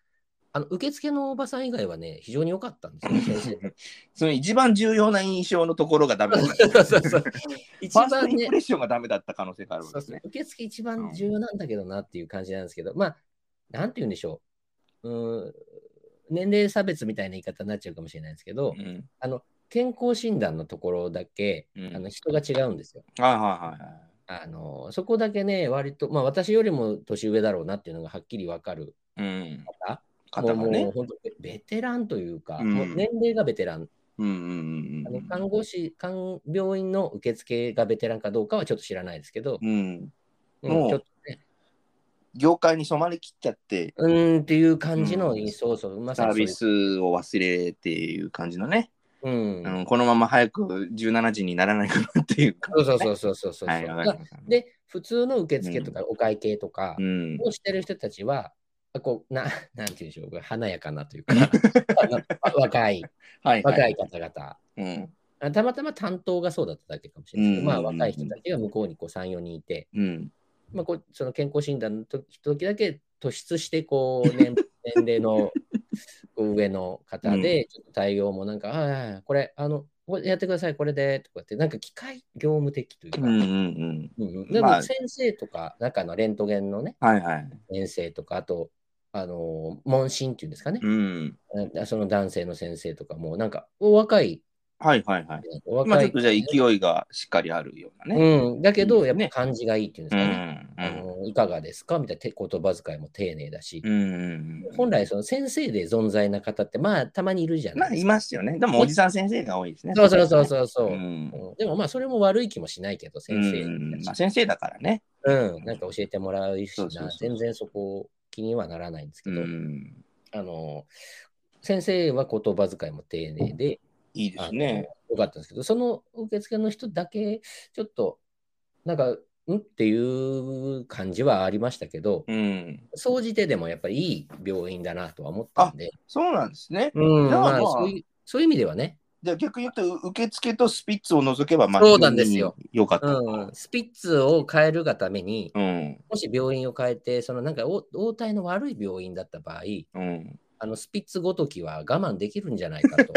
A: あの受付のおばさん以外はね、非常に良かったんですよ、先生
B: その一番重要な印象のところがダメだった。
A: そうそう そう。一
B: ファースト
A: 番
B: イン
A: ね
B: プ、レッションがダメだった可能性があるわけ
A: そう
B: です
A: そう
B: ね。
A: 受付一番重要なんだけどなっていう感じなんですけど、まあ、なんて言うんでしょう。うーん年齢差別みたいな言い方になっちゃうかもしれないですけど、
B: うん。
A: 健康診断のところだけ、
B: うん
A: あの人が違うんですよ。
B: はいはいはいはい。
A: あのそこだけね、割と、まあ私よりも年上だろうなっていうのがはっきりわかる
B: うん。
A: 方、
B: 方が
A: もうも
B: ね
A: う。本当ベテランというか、
B: うん
A: もう年齢がベテラン、
B: うんう
A: あ
B: んうんう
A: の
B: ん。
A: 看護師看、病院の受付がベテランかどうかはちょっと知らないですけど、
B: うん。
A: うん
B: もう
A: ちょっとね、
B: 業界に染まりきっちゃって、
A: うーんっていう感じの、そうそう、ま
B: サ
A: さ
B: ー
A: にそうい
B: ビ
A: う
B: スを忘れていう感じのね。
A: うん
B: う。ん、このまま早く17時にならないかなっていうか。
A: そうそうそうそうそうそう。
B: はい、わかりました。
A: で、普通の受付とかお会計とか
B: うん。
A: をしてる人たちは、こうな なんていうんでしょうこれ、華やかなというか、あの 若い、
B: はい、はい。
A: 若い方々。
B: うん。
A: あたまたま担当がそうだっただけかもしれないですけど、
B: うんうんうんうん
A: まあ若い人たちが向こうにこう3、4人いて、
B: うん。
A: まあ、こうその健康診断の時時だけ突出してこう 年年齢のこう上の方でちょっと対応もなんか、ああこれあのこれやってくださいこれでとかってなんか機械業務的というか、
B: うんうんうん。
A: うんうんで
B: まあ
A: も先生とか中のレントゲンのね
B: はいはい。
A: 先生とかあとあの問診っていうんですかね、
B: うん。
A: あその男性の先生とかもなんかお若い
B: はいはいはい。
A: お
B: ま
A: 若
B: あちょ
A: い
B: っとじゃあ勢いがしっかりあるようなね。
A: うん、だけ
B: いい
A: ど
B: で
A: や
B: す
A: っ
B: ね
A: ぱ感じがいいっていうんです
B: う
A: かね、
B: ん。
A: あのいかがですかみたいな手言葉遣いも丁寧だし、
B: うん。うん。
A: 本来その先生で存在な方ってまあたまにいるじゃ
B: ま
A: な
B: あ
A: いで
B: い
A: す
B: ますよね。でもおじさん先生が多いですね。
A: か。そうそうそうそうそうう、
B: ん。
A: うんでもまあそれも悪い気もしないけど先生
B: うんまあ
A: だし、
B: 先生だからね。
A: うんなんか教えてもらうし
B: そうそうそう
A: な全然そこ気にはならないんですけ
B: う
A: ど、
B: ん。
A: あの先生は言葉遣いも丁寧で、
B: いいで
A: あ
B: す
A: の
B: ね。
A: よかったんですけどその受付の人だけちょっとなんかんっていう感じはありましたけど
B: うん。
A: 総じてでもやっぱりいい病院だなとは思ったんで。
B: そうなんですね。
A: うん、
B: じゃあ
A: まあ、
B: まあ
A: そういう、そういう意味ではね、
B: じゃあ逆に言うと、受付とスピッツを除けば、まあ、
A: そうなんですよ。
B: よかった。
A: うん、スピッツを変えるがために、
B: うん。
A: もし病院を変えて、そのなんかお応対の悪い病院だった場合、
B: うん。
A: あのスピッツごときは我慢できるんじゃないかと。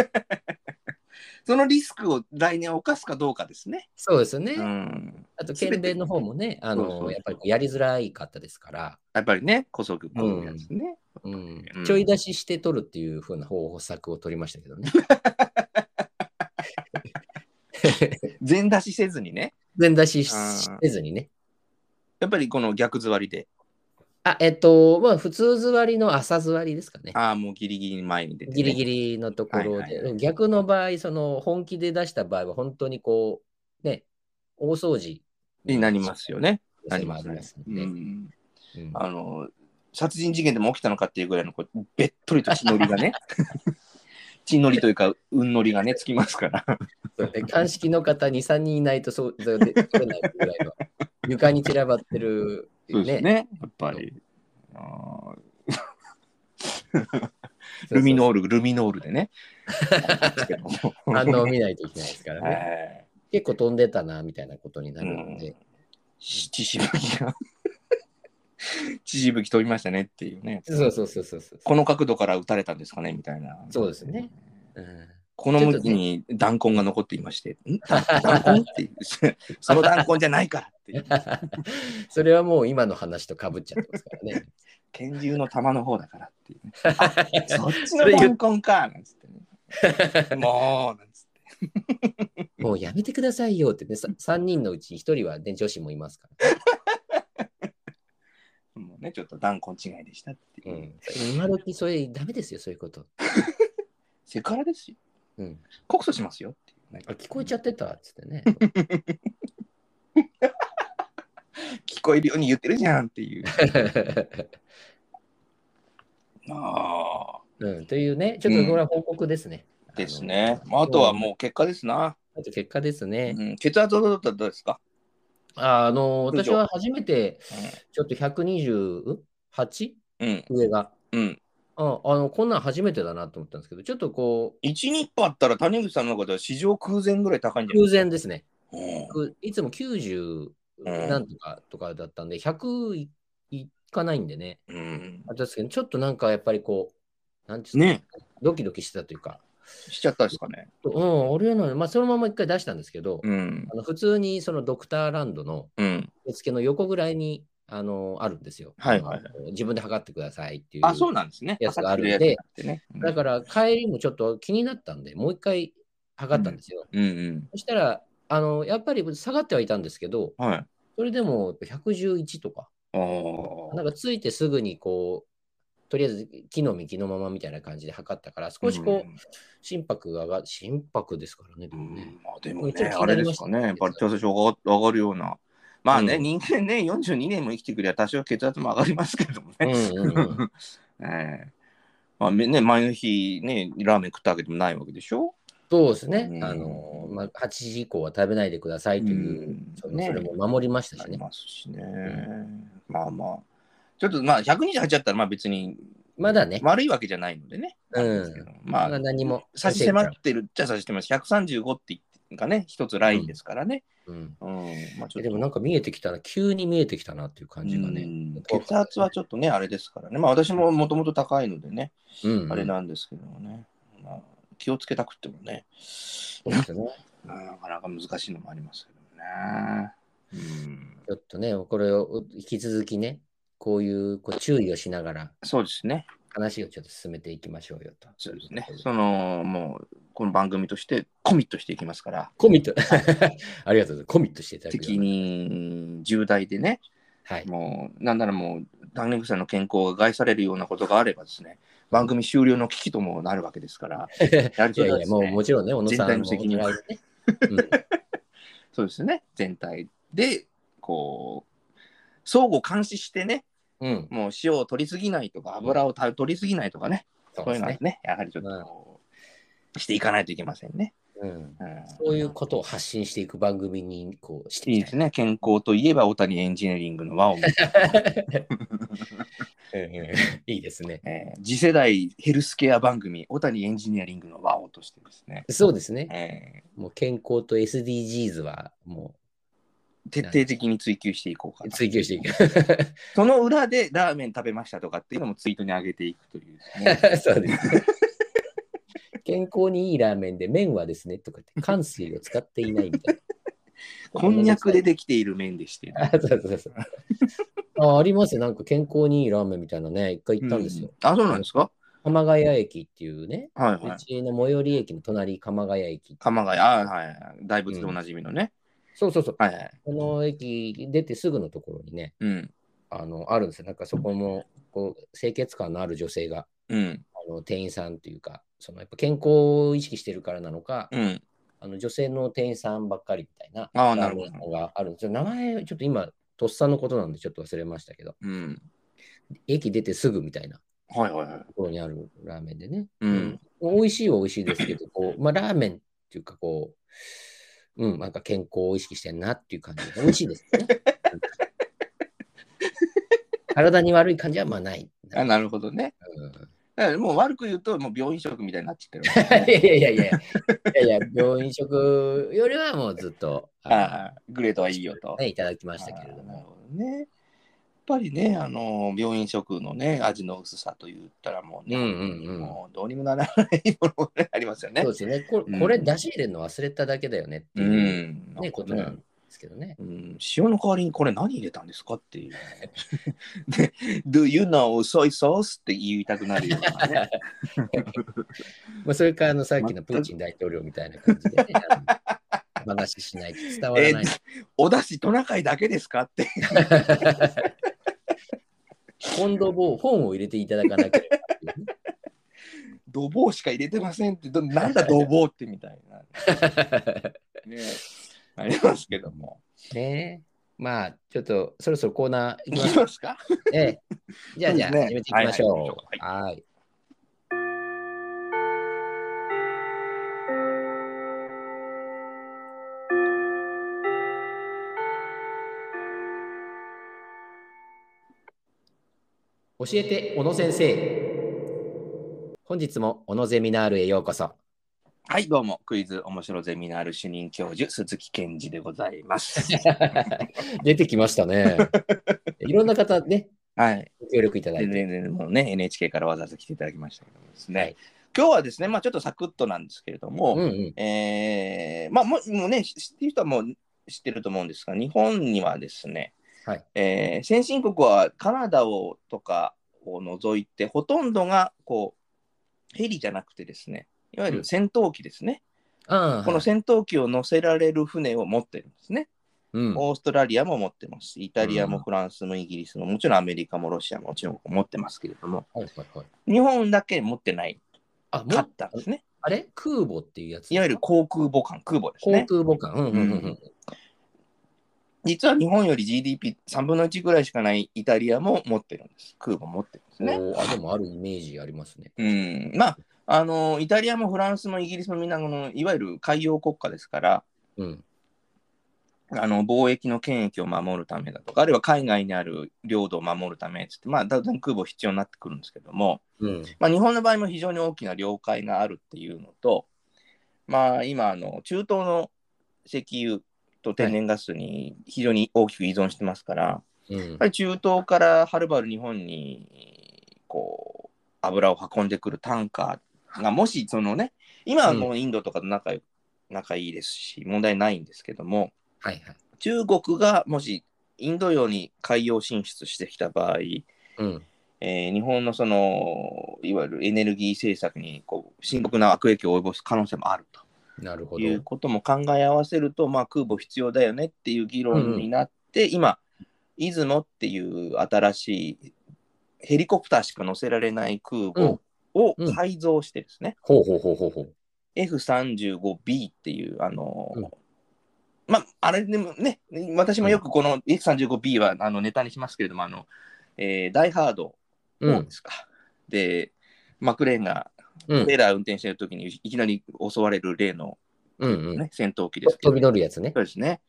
B: そのリスクを来年犯すかどうかですね。
A: そうですよね。
B: うん。
A: あと、県連の方もね、あ
B: そうそうそ
A: の
B: う
A: やっぱりこうやりづらい方ですから、
B: やっぱりね、こそくこういうやつね。
A: うん
B: うん
A: ちょい出しして取るっていう風な方法策を取りましたけど ね。
B: 全出しせずにね。
A: 全出しし
B: あー
A: せずにね。
B: やっぱりこの逆座りで。
A: あ、えっと、まあ、普通座りの朝座りですかね。
B: ああ、もうギリギリ前に出て、
A: ギリギ
B: リ。
A: リのところ
B: はいはい
A: で。
B: はい
A: 逆の場合、その本気で出した場合は、本当にこう、ね、大掃除
B: になりますよね。
A: 可
B: な
A: 能性
B: り
A: もあ
B: ま
A: り
B: す
A: ま
B: ね
A: す。
B: う
A: ので
B: ん
A: うん
B: あの殺人事件でも起きたのかっていうぐらいのこうべっとりと血のりが ね血のりというかうんのりがねつきますから
A: そうで鑑識の方2、3人いないとそうそうで取れないぐらいの床に散らばってる、
B: そうですね
A: ね
B: やっぱりあー
A: そうそう
B: ルミノールルミノールで ねですけども
A: 反応を見ないといけないですからね。
B: はい
A: 結構飛んでたなみたいなことになるので、
B: し血しぶきが 血しぶき飛びましたねっていうね
A: そうそうそうそうそう。
B: この角度から撃たれたんですかねみたいな
A: そうですねうん
B: この向きに弾痕が残っていまして、ん弾痕っていう、 その弾痕じゃないからっていう、
A: それはもう今の話とかぶっちゃってますからね。
B: 拳銃の弾の方だからっていうね、あそっちの弾痕かなんつってね、もうなんつって、
A: もうやめてくださいよってね、さ3人のうち1人は、ね、女子もいますか
B: もうね、ちょっと弾痕違いでしたってい
A: ら。
B: う、
A: うん、今時それダメですよ、そういうこと。
B: セクハラですよ、
A: うん、
B: 告訴しますよっていうね、
A: あ聞こえちゃってたっつってね。
B: 聞こえるように言ってるじゃんって いう。あ
A: うん、というね、ちょっとこれは報告ですね。
B: あですね、まあ、あとはもう結果ですな、
A: う。あと結果ですね。
B: うん、血圧はどうですか、
A: あの、
B: 以上
A: 私は初めて、ちょっと 128?
B: うん
A: 上が。
B: うんうん、
A: ああのこんなん初めてだなと思ったんですけど、ちょっとこ
B: 1、2歩あったら谷口さんの方は史上空前ぐらい高いん
A: う、
B: じゃない
A: 偶然ですね。
B: うん
A: くいつも90
B: うん
A: なんとかとかだったんで、100いいかないんでね。
B: うん
A: あれですけど、ちょっとなんかやっぱりこう、なんていうんです
B: ね
A: か、ドキドキしてたというか、
B: しちゃったですかね。
A: うん、俺の、まあ、そのまま一回出したんですけど、
B: うん。
A: あの普通にそのドクターランドの
B: うん。
A: 受付の横ぐらいにあのあるんですよ。
B: はいはい
A: あの自分で測ってくださいっていう。
B: あ、そうなんですね。
A: やつがあるんで
B: 朝来やつがあってねうん
A: だから帰りもちょっと気になったんで、もう一回測ったんですよ。
B: うん
A: そしたら、あのやっぱり下がってはいたんですけど、
B: うん。はい。
A: それでも111とか、
B: あ
A: な
B: あ。
A: んかついてすぐにこう、とりあえず木の幹のままみたいな感じで測ったから、少しこう、心拍が上が、心拍ですからね、で
B: う
A: も
B: ん。
A: ね。
B: まあでも
A: ちょ
B: ね
A: っ、と気に
B: あ
A: な
B: れ
A: り
B: で
A: ますした
B: かね。やっぱり血圧上が上がるような。まあね、
A: うん
B: 人間ね、42年も生きてくりゃ多少血圧も上がりますけども
A: うん
B: ね。
A: うんうん、
B: ええ。まあめね、前の日ね、ラーメン食ったわけでもないわけでしょ。
A: そうですね、
B: うん
A: あのまあ、8時以降は食べないでくださいという、その
B: ね
A: それも守りました
B: あ
A: し
B: り
A: ね。
B: ますしね。まあまあ。ちょっとまあ128だったらまあ別に
A: まだね、
B: 悪いわけじゃないのでね。
A: う
B: なんですけ
A: ん、
B: どま
A: ま
B: あ
A: あ、何も
B: 差し迫ってるっちゃ差し迫ってます。135って言がね、一つラインですからね。
A: うん、
B: うん。まあちょっと
A: でもなんか見えてきたな、急に見えてきたなっていう感じが
B: う
A: ね。
B: ん血圧はちょっとね、あれですからね。まあ私ももともと高いのでね、
A: うん、
B: あれなんですけどもね。まあ、気をつけたくってもね、
A: そうですね。
B: なかなか難しいのもありますけどね。うん。
A: ちょっとね、これを引き続きね、こういうこう注意をしながら
B: そうですね。
A: 話をちょっと進めていきましょうよと。
B: そうですね。その、もう、この番組としてコミットしていきますから、
A: コミット、ありがとうございます。 コミットしていただくよう
B: 責任重大でね、
A: はい。
B: もう、なんならもう、ダンネグさんの健康が害されるようなことがあればですね、番組終了の危機ともなるわけで すから、やる
A: い
B: と
A: や
B: り
A: い
B: は
A: や
B: で、す
A: もう
B: ね
A: もちろんね、小野さんも
B: 全体の責任
A: お互いね。うん
B: そうですね、全体で、こう、相互監視してね、
A: うん、
B: もう塩を取りすぎないとか、油をた取りすぎないとかね、
A: そう
B: そう
A: で
B: いう
A: す
B: のは
A: ね。
B: ね、やはりちょっとこう、していかないといけませんね。
A: うん
B: うん
A: そういうことを発信していく番組にこうして
B: い
A: い
B: い
A: き
B: で
A: た
B: すね、健康といえば小谷エンジニアリングの輪を 見て、
A: い。うんうん いいですね。
B: えー次世代ヘルスケア番組、小谷エンジニアリングの輪をとしてですね、
A: そうですね。
B: え
A: もう健康と SDGs はも
B: ー徹底的に追求していこうか
A: う
B: な。
A: 追求していく。
B: その裏でラーメン食べましたとかっていうのもツイートに上げていくというです ね、
A: そうですね。健康にいいラーメンで麺はですねとか って乾水を使っていないみたいな。
B: こんにゃくでできている麺でして、
A: あ そうそうそうあありますよ。なんか健康にいいラーメンみたいなね、一回行ったんですよ。
B: うんあ、そうなんですか
A: 鎌ヶ谷駅っていうね、
B: はいは
A: う
B: い。
A: ちの最寄り駅の隣、鎌ヶ谷駅。
B: 鎌ヶ谷、あはい。大仏でおなじみのね。
A: そうそうそう。
B: はいはい。
A: この駅出てすぐのところにね、
B: うん。
A: あのあるんですよ。なんかそこもこう清潔感のある女性が
B: うん。
A: あの店員さんっていうか、そのやっぱ健康を意識してるからなのか、
B: うん。
A: あの女性の店員さんばっかりみたいな
B: ああなるほど
A: ラーメン屋があるんですよ。名前、ちょっと今、とっさのことなんでちょっと忘れましたけど、
B: うん。
A: 駅出てすぐみたいな
B: はいはいはい
A: と。ころにあるラーメンでね。
B: うん。
A: 美味しいは美味しいですけど、こうまあ、ラーメンっていうか、こう、うん、なんか健康を意識してんなっていう感じで、美味しいですよ ね。体に悪い感じはまあない。
B: あなるほどね。
A: うん
B: だからもう悪く言うと、もう病院食 みたいになっちゃってるわけ
A: い
B: ね。
A: やいやいやいや、いやいや病院食よりはもうずっと、あの
B: ああ、グレードはいいよと。
A: ね、いただきましたけれど
B: あーなる
A: も。
B: ほどね。やっぱりね、あの病院食のね、味の薄さと言ったらもうね、
A: うんうんうん
B: もうどうにもならないものがありますよね
A: そう。ですよね。こ
B: うん
A: れ、これ出し入れるの忘れただけだよねって
B: う
A: いう、
B: ん。
A: ね、こと
B: な
A: なん
B: か
A: ん
B: ね
A: ですけどね。
B: うん、塩の代わりにこれ何入れたんですかっていう。 で、Do you know soy sauce? って言いたくなる ようなね。
A: まあ、それからあのさっきのプーチン大統領みたいな感じ で、ね、あの話しないと伝わらない。
B: お出汁トナカイだけですかって。
A: 今度も本を入れていただかなければっていうね、
B: ドボーしか入れてませんって、どなんだドボーってみたいな。ね、ありますけども。
A: ねえまあ、ちょっとそろそろコーナー
B: い
A: 行きま
B: き
A: す
B: ますか
A: ね。じゃあ、じゃあ、
B: そうです
A: 始
B: ね
A: めていきましょう。
B: は
A: はい。教えて小野先生。本日も小野ゼミナールへようこそ。
B: はい、どうも、クイズ面白ゼミナール主任教授、鈴木健二でござ います。
A: 出てきました ね。いろんな方ね、
B: はい、
A: ご協力いただい
B: 全
A: て。
B: 然、全然もうね、NHK からわざわざ来ていただきましたけどもですね、
A: はい
B: 今日はですね、まあ、ちょっとサクッとなんですけれど
A: うん
B: も、
A: うん。
B: えーまあ、もうもうね、知ってる人はもう知ってると思うんですが、日本にはですね、
A: はい
B: えー先進国はカナダをとかを除いて、ほとんどがこうヘリじゃなくてですね、いわゆる戦闘機ですね、
A: ああ
B: この戦闘機を乗せられる船を持ってるんですね。
A: うん
B: オーストラリアも持ってますしイタリアも
A: うん
B: フランスもイギリスも、もちろんアメリカもロシアも中国も持ってますけれども、
A: はいはいはい
B: 日本だけ持ってない、
A: あ、も
B: 買っ
A: う、
B: たんですね。
A: あれ空母っていうやつ。
B: いわゆる航空母艦、空母です
A: 航
B: ね。
A: 空母艦。うんうんうんうん。
B: 実は日本より GDP3 分の1ぐらいしかないイタリアも持ってるんです。空母持ってるんですね。
A: おーあでもあるイメージありますね。
B: うん、まああの、イタリアもフランスもイギリスもみんなこの、いわゆる海洋国家ですから、
A: うん。
B: あの貿易の権益を守るためだとか、あるいは海外にある領土を守るためっつって、まあ、だんだん空母必要になってくるんですけども、
A: うん。
B: まあ、日本の場合も非常に大きな領海があるっていうのと、まあ、今あの、中東の石油と天然ガスに非常に大きく依存してますから、
A: うん
B: やっぱり中東からはるばる日本にこう油を運んでくるタンカーが、もしそのね、今はもうインドとかと仲よ仲いいですし、問題ないんですけども、
A: はいはい。
B: 中国がもしインド洋に海洋進出してきた場合、
A: うん。
B: えー日本のそのいわゆるエネルギー政策にこう深刻な悪影響を及ぼす可能性もある
A: なるほ
B: と
A: ど。
B: いうことも考え合わせると、まあ、空母必要だよねっていう議論になって、今、出雲っていう新しいヘリコプターしか乗せられない空母を
A: うんうん
B: 改造してですね、
A: ほうほうほうほうほう。
B: F35B っていう、あのー
A: うん
B: まあ、あれでもね、私もよくこの F35B はあのネタにしますけれども、あのえーダイハード
A: う
B: そうんで。すか。で、マクレーンが
A: うん
B: トレーラー運転してるときにいきなり襲われる例の、
A: うん
B: ね
A: うん。
B: 戦闘機ですけ
A: 飛
B: ど、
A: び乗るやつね
B: そ。うですね。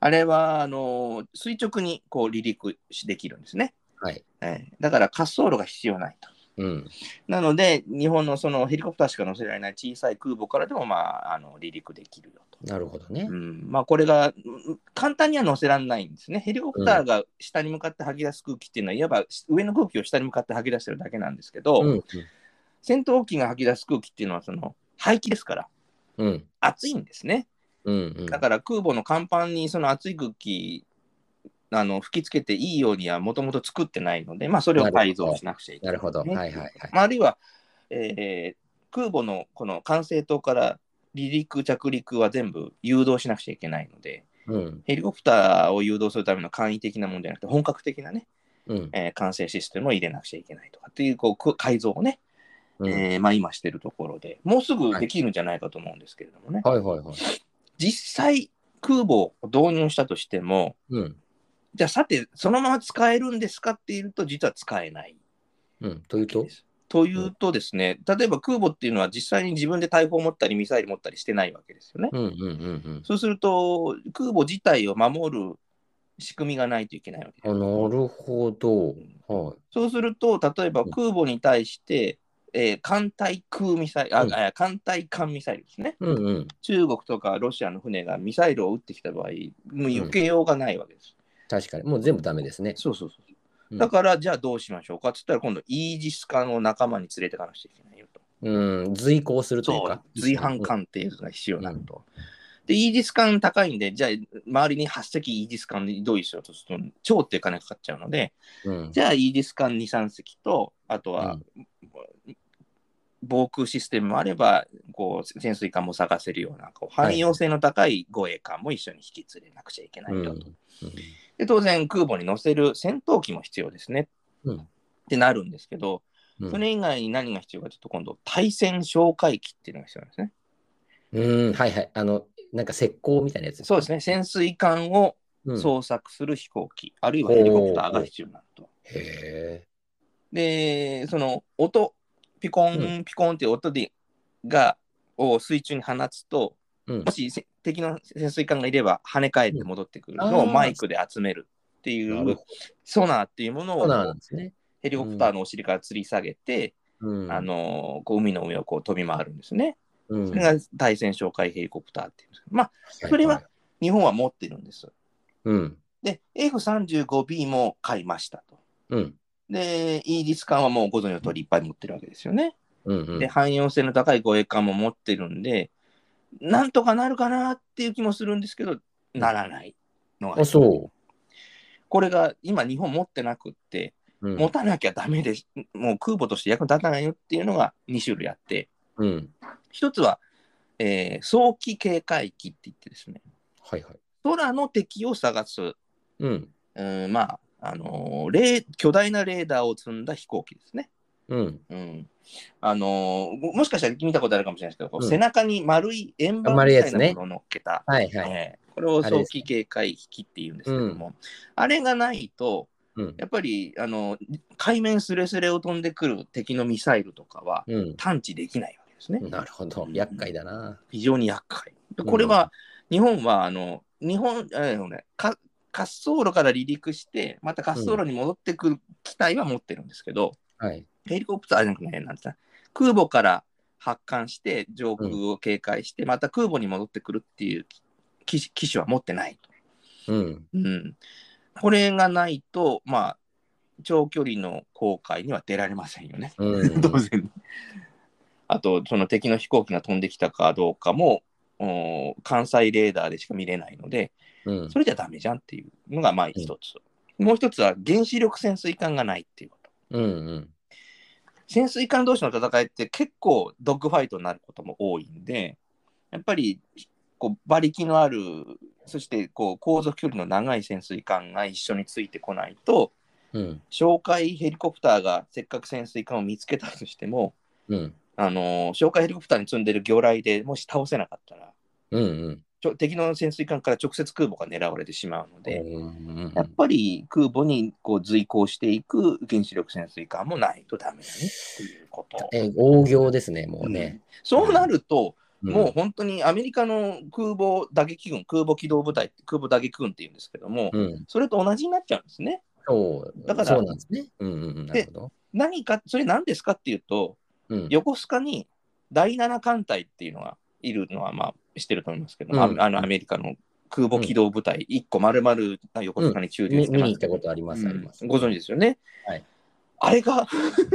B: あれはあの垂直にこう離陸しできるんですね。
A: はい。
B: はいだから滑走路が必要ないと。
A: うん。
B: なので、日本のそのヘリコプターしか乗せられない小さい空母からでも、まあ、あの離陸できるよと。
A: なるほどね
B: う。んまあ、これがうん簡単には乗せられないんですね。ヘリコプターが下に向かって吐き出す空気っていうのは、いわば上の空気を下に向かって吐き出してるだけなんですけど、
A: うん。
B: 戦闘機が吐き出す空気っていうのはその排気ですから
A: うん。
B: 熱いんですね。
A: うん。うん
B: だから空母の甲板にその熱い空気あの吹きつけていいようにはもともと作ってないので、まあ、それを改造しなくちゃいけな。
A: ないるほど。はい
B: ね
A: はいはい。
B: まあ、あるいは、えー空母のこの管制塔から離陸着陸は全部誘導しなくちゃいけないので
A: うん。
B: ヘリコプターを誘導するための簡易的なものじゃなくて本格的なね
A: うん。
B: えー完成システムを入れなくちゃいけないとかっていうこうく改造をね、
A: うん
B: えーまあ、今してるところでもうすぐできるんじゃないかと思うんですけれどもね、
A: はいはいはい。
B: 実際空母を導入したとしても
A: うん。
B: じゃあさてそのまま使えるんですかっていうと実は使えない
A: うん。というと
B: です。というとですね、例えば空母っていうのは実際に自分で大砲を持ったりミサイル持ったりしてないわけですよね。
A: うんうんうん
B: そうすると空母自体を守る仕組みがないといけないわけ
A: う
B: です。
A: ん。あなるほど。はい。
B: そうすると例えば空母に対して、えー艦隊空ミサイル、あ
A: うん
B: あ艦隊艦ミサイルですね。
A: うんうん。
B: 中国とかロシアの船がミサイルを撃ってきた場合、もう避けようがないわけです。
A: 確かに。もう全部ダメですね。
B: そうそうそうう。
A: ん
B: だから、じゃあどうしましょうかっつったら、今度、イージス艦を仲間に連れてかなくちゃいけないよと。
A: うん。随行するという
B: そ
A: か。
B: う、随伴艦っていうのが必要になると。で、イージス艦高いんで、じゃあ、周りに8隻イージス艦でどうしようとすると、超っていう金かかっちゃうので、
A: うん。
B: じゃあ、イージス艦2、3隻と、あとは、防空システムもあれば、こう潜水艦も探せるような、こう汎用性の高い護衛艦も一緒に引き連れなくちゃいけな
A: う
B: い
A: ん。
B: よ
A: う
B: と。
A: ん
B: で当然空母に乗せる戦闘機も必要ですね
A: うん
B: ってなるんですけど、
A: うん
B: それ以外に何が必要かちょっと今度対戦哨戒機っていうのが必要なんですね。
A: うん。はいはい。あの、なんか石膏みたいなやつ。
B: そうですね潜水艦を
A: うん。
B: 捜索する飛行機、あるいはヘリコプターが必要になると。
A: へ
B: でその音ピコンピコンっていう音でがを水中に放つと
A: え。うん
B: も。しせ敵の潜水艦がいれば跳ね返って戻ってくるの
A: う
B: を
A: んあー
B: マイクで集めるってい
A: なる
B: う
A: ほ
B: ソナーっていうもの
A: ど
B: を
A: なんですね。
B: ヘリコプターのお尻から吊り下げて、
A: うん。
B: あのーこう海の上をこう飛び回るんですね。
A: うん、
B: それが対戦哨戒ヘリコプターっていうんですけどまあ、
A: いい
B: それは。日本は持ってるんです。
A: うん。
B: で、F35B も買いましたと。
A: うん。
B: で、イージス艦はもうご存知の通りいっぱい持ってるわけですよね。
A: うんうん。
B: で、汎用性の高い護衛艦も持ってるんで、なんとかなるかなっていう気もするんですけど、ならないのが
A: あ、。そ
B: これが今日本持ってなくって、
A: う。うん。
B: 持たなきゃダメです。もう空母として役に立たないよっていうのが2種類あって、
A: うん。
B: 一つは、えー早期警戒機って言ってですね、
A: はいはい。
B: 空の敵を探す、う
A: うん。
B: ーんまああのーレー巨大なレーダーを積んだ飛行機ですね。
A: うん。
B: うんあのーももしかしたら見たことあるかもしれないですけど、こう
A: うん
B: 背中に丸い円盤
A: 丸い
B: み
A: や
B: たい
A: つ
B: な
A: ね
B: ものを乗っけた、
A: はいはい。
B: えーこれ
A: あ
B: を
A: れ
B: 早
A: ですね
B: 期警戒機っていうんですけども、あれがないと、
A: うん。
B: やっぱり、あの海面すれすれを飛んでくる敵のミサイルとかは
A: うん。
B: 探知できないわけですね。
A: なるほど。厄介だな。
B: 非常に厄介。
A: う
B: で
A: ん
B: これは、日本は、あの、日本、あれだよね、か滑走路から離陸して、また滑走路に戻ってくる機体は持ってるんですけど、
A: はい。
B: ヘリコプター、あじゃなくね、なんて言った空母から発艦して、上空を警戒して、また空母に戻ってくるっていう機機種は持ってないと。
A: うん。
B: うん。これがないと、まあ、長距離の航海には出られませんよ ね。
A: うん。
B: 当然。あと、その敵の飛行機が飛んできたかどうかも、おー関西レーダーでしか見れないので、
A: うん
B: それじゃダメじゃんっていうのがまあ一つ。もう一つは原子力潜水艦がないっていうこと。
A: うんうん。
B: 潜水艦同士の戦いって結構ドッグファイトになることも多いんで、やっぱりこう馬力のある、そしてこう航続距離の長い潜水艦が一緒についてこないと、
A: うん。
B: 哨戒ヘリコプターがせっかく潜水艦を見つけたとしても、
A: うん。
B: あのー、哨戒ヘリコプターに積んでる魚雷でもし倒せなかったら、
A: うん。うん。
B: ちょ敵の潜水艦から直接空母が狙われてしまうので、
A: うん
B: やっぱり空母にこう随行していく原子力潜水艦もないとダメだねっていうこと。
A: え、大行ですね、もうね。
B: そうなると、
A: ん
B: もう本当にアメリカの空母打撃軍、空母機動部隊、空母打撃軍っていうんですけども、
A: う。うん。
B: それと同じになっちゃうんですね。
A: そう。
B: だから
A: そうなんですね。うんうんうん。なるほど。
B: 何か、それ何ですかっていうと、
A: うん。
B: 横須賀に第7艦隊っていうのがいるのは、まあ、知ってると思いますけど、
A: うん
B: ああのアメリカの空母機動部隊1個丸々横須賀に駐留
A: み
B: して
A: 見
B: ま
A: に行っ
B: す
A: たことあります、あります。
B: うんご存知ですよね。
A: はい
B: あれが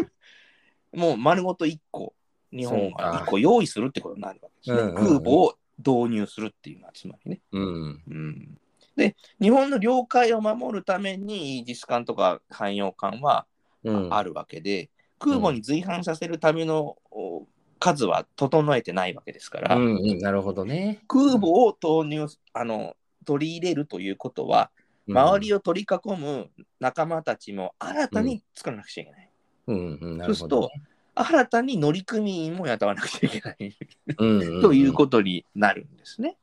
B: もう丸ごと1個、日本
A: そう
B: が
A: か
B: 1個用意するってことになるわけですね。
A: うんうんうん
B: 空母を導入するっていうのはつまりね。
A: うん。
B: うんで、日本の領海を守るために、イージス艦とか汎用艦は、
A: うん。
B: あるわけで、空母に随伴させるためのお数は整えてないわけですから、
A: うんうん。なるほどね。
B: 空母を投入あの取り入れるということは、周りを取り囲む仲間たちも新たに作らなくちゃいけない。
A: うんうん、な
B: そう
A: る
B: す
A: ほ
B: る
A: ど
B: と。、新たに乗組員も雇わなくちゃいけない
A: うんうんうん
B: ということになるんですね。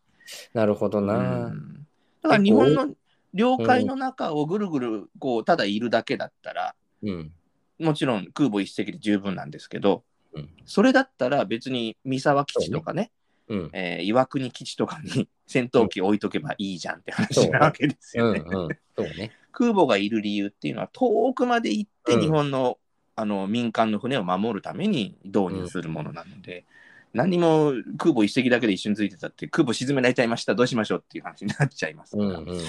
A: なるほど
B: う
A: な。
B: んだから日本の領海の中をぐるぐるこうただいるだけだったら、
A: うん。
B: もちろん空母一隻で十分なんですけど
A: うん、
B: それだったら別に三沢基地とかね、
A: うん。
B: えー岩国基地とかに 戦闘機置いとけばいいじゃんって話なわけです
A: うん
B: よ
A: う
B: ね。
A: ん。そうね。
B: 空母がいる理由っていうのは遠くまで行って
A: うん
B: 日本の,、あの民間の船を守るために導入するものなので、何も空母一隻だけで一瞬ついてたって空母沈められちゃいましたどうしましょうっていう話になっちゃいますか
A: う
B: ら、
A: んうんうん。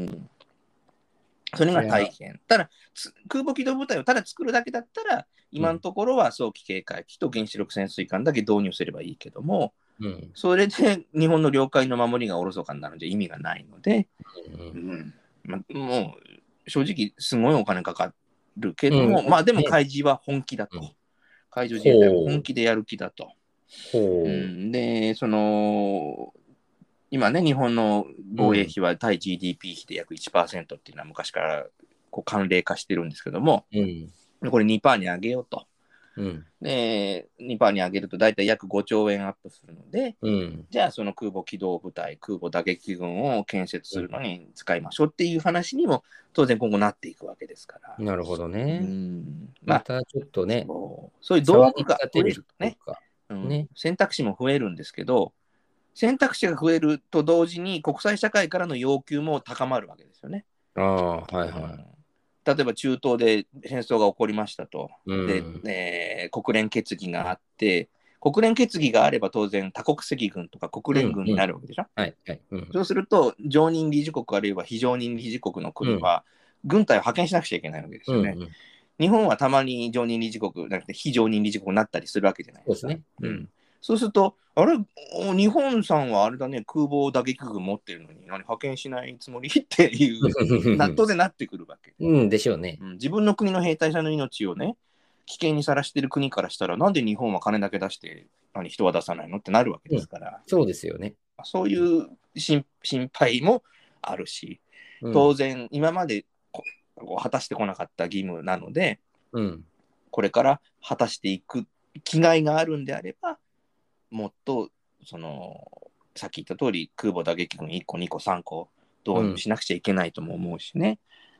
B: うんそれが大変ただつ空母機動部隊をただ作るだけだったら今のところは早期警戒機と原子力潜水艦だけ導入すればいいけども
A: うん
B: それで日本の領海の守りがおろそかになるんじゃ意味がないので、
A: うんう。
B: うんんま、もう正直すごいお金かかるけども、
A: うん
B: まあでも海事は本気だと、
A: うん
B: 海上自衛隊は
A: ほう
B: 本気でやる気だと、
A: ほう。
B: うん、でその今ね日本の防衛費は対 GDP 比で約1%っていうのは昔からこう慣例化してるんですけども
A: うん。
B: これ2%に上げようと
A: うん。
B: で2%に上げると大体約5兆円アップするので
A: うん。
B: じゃあその空母機動部隊空母打撃群を建設するのに使いましょうっていう話にも当然今後なっていくわけですから、
A: なるほど
B: う
A: ね。
B: ん、
A: ま
B: まあ
A: たちょっとね、
B: もうそういう道具が増えるとね
A: ね。
B: うん
A: ね
B: 選択肢も増えるんですけど、選択肢が増えると同時に国際社会からの要求も高まるわけですよね。
A: ああ、はいは
B: う
A: い。
B: ん例えば中東で戦争が起こりましたと、
A: うん
B: でえー国連決議があって、国連決議があれば当然多国籍軍とか国連軍になるわけでしょ。
A: はいはい。うん
B: そうすると、常任理事国あるいは非常任理事国の国は、軍隊を派遣しなくちゃいけないわけです
A: う
B: よ
A: ん
B: ね。
A: うん。
B: 日本はたまに常任理事国じゃなくて非常任理事国になったりするわけじゃない
A: そうですね。
B: う。ん、そうすると、あれ、お日本さんはあれだね、空母打撃群持ってるのに、何派遣しないつもりっていう、な当然なってくるわけ、
A: うんでしょうね
B: う。ん。自分の国の兵隊さんの命をね、危険にさらしてる国からしたら、なんで日本は金だけ出して、何人は出さないのってなるわけですから、
A: そうですよね。
B: そういう心心配もあるし、
A: うん
B: 当然、今までここう果たしてこなかった義務なので、
A: うん。
B: これから果たしていく気概があるんであれば、もっと、その、さっき言った通り、空母打撃群1個、2個、3個、どうしなくちゃいけないとも思うしね、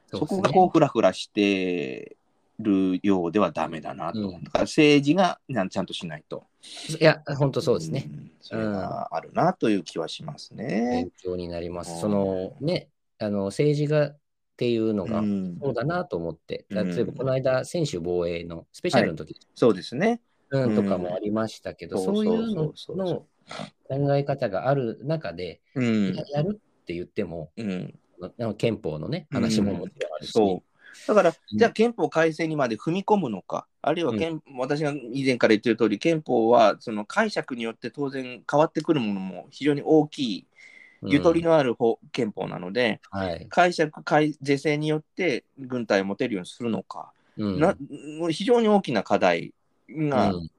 B: そこがこう、ふらふらしてるようではダメだなと思う。
A: うん
B: だから政治がなんちゃんとしないと。
A: う。いや、本当そうですね。
B: ん。それがあるなという気はしますね
A: 勉。強になりま
B: うん
A: す。そのね、あの政治がっていうのが
B: うん
A: そうだなと思って、
B: うん
A: 例えばこの間、選手防衛のスペシャルの時、
B: そうですね。
A: うんとかもありましたけど、
B: うん
A: そういう
B: そう
A: の
B: そうそうそう
A: の考え方がある中で、
B: うん
A: や。やるって言っても、
B: うん。
A: あの憲法のね、話ももちろんあるし、
B: そう。だから、
A: うん
B: じゃあ憲法改正にまで踏み込むのか、あるいは憲、私が以前から言ってる通り、憲法はその解釈によって当然変わってくるものも非常に大きい、
A: うん
B: ゆとりのある法、憲法なので、
A: はい。
B: 解釈改是正によって軍隊を持てるようにするのか、
A: うん
B: な非常に大きな課題が
A: うん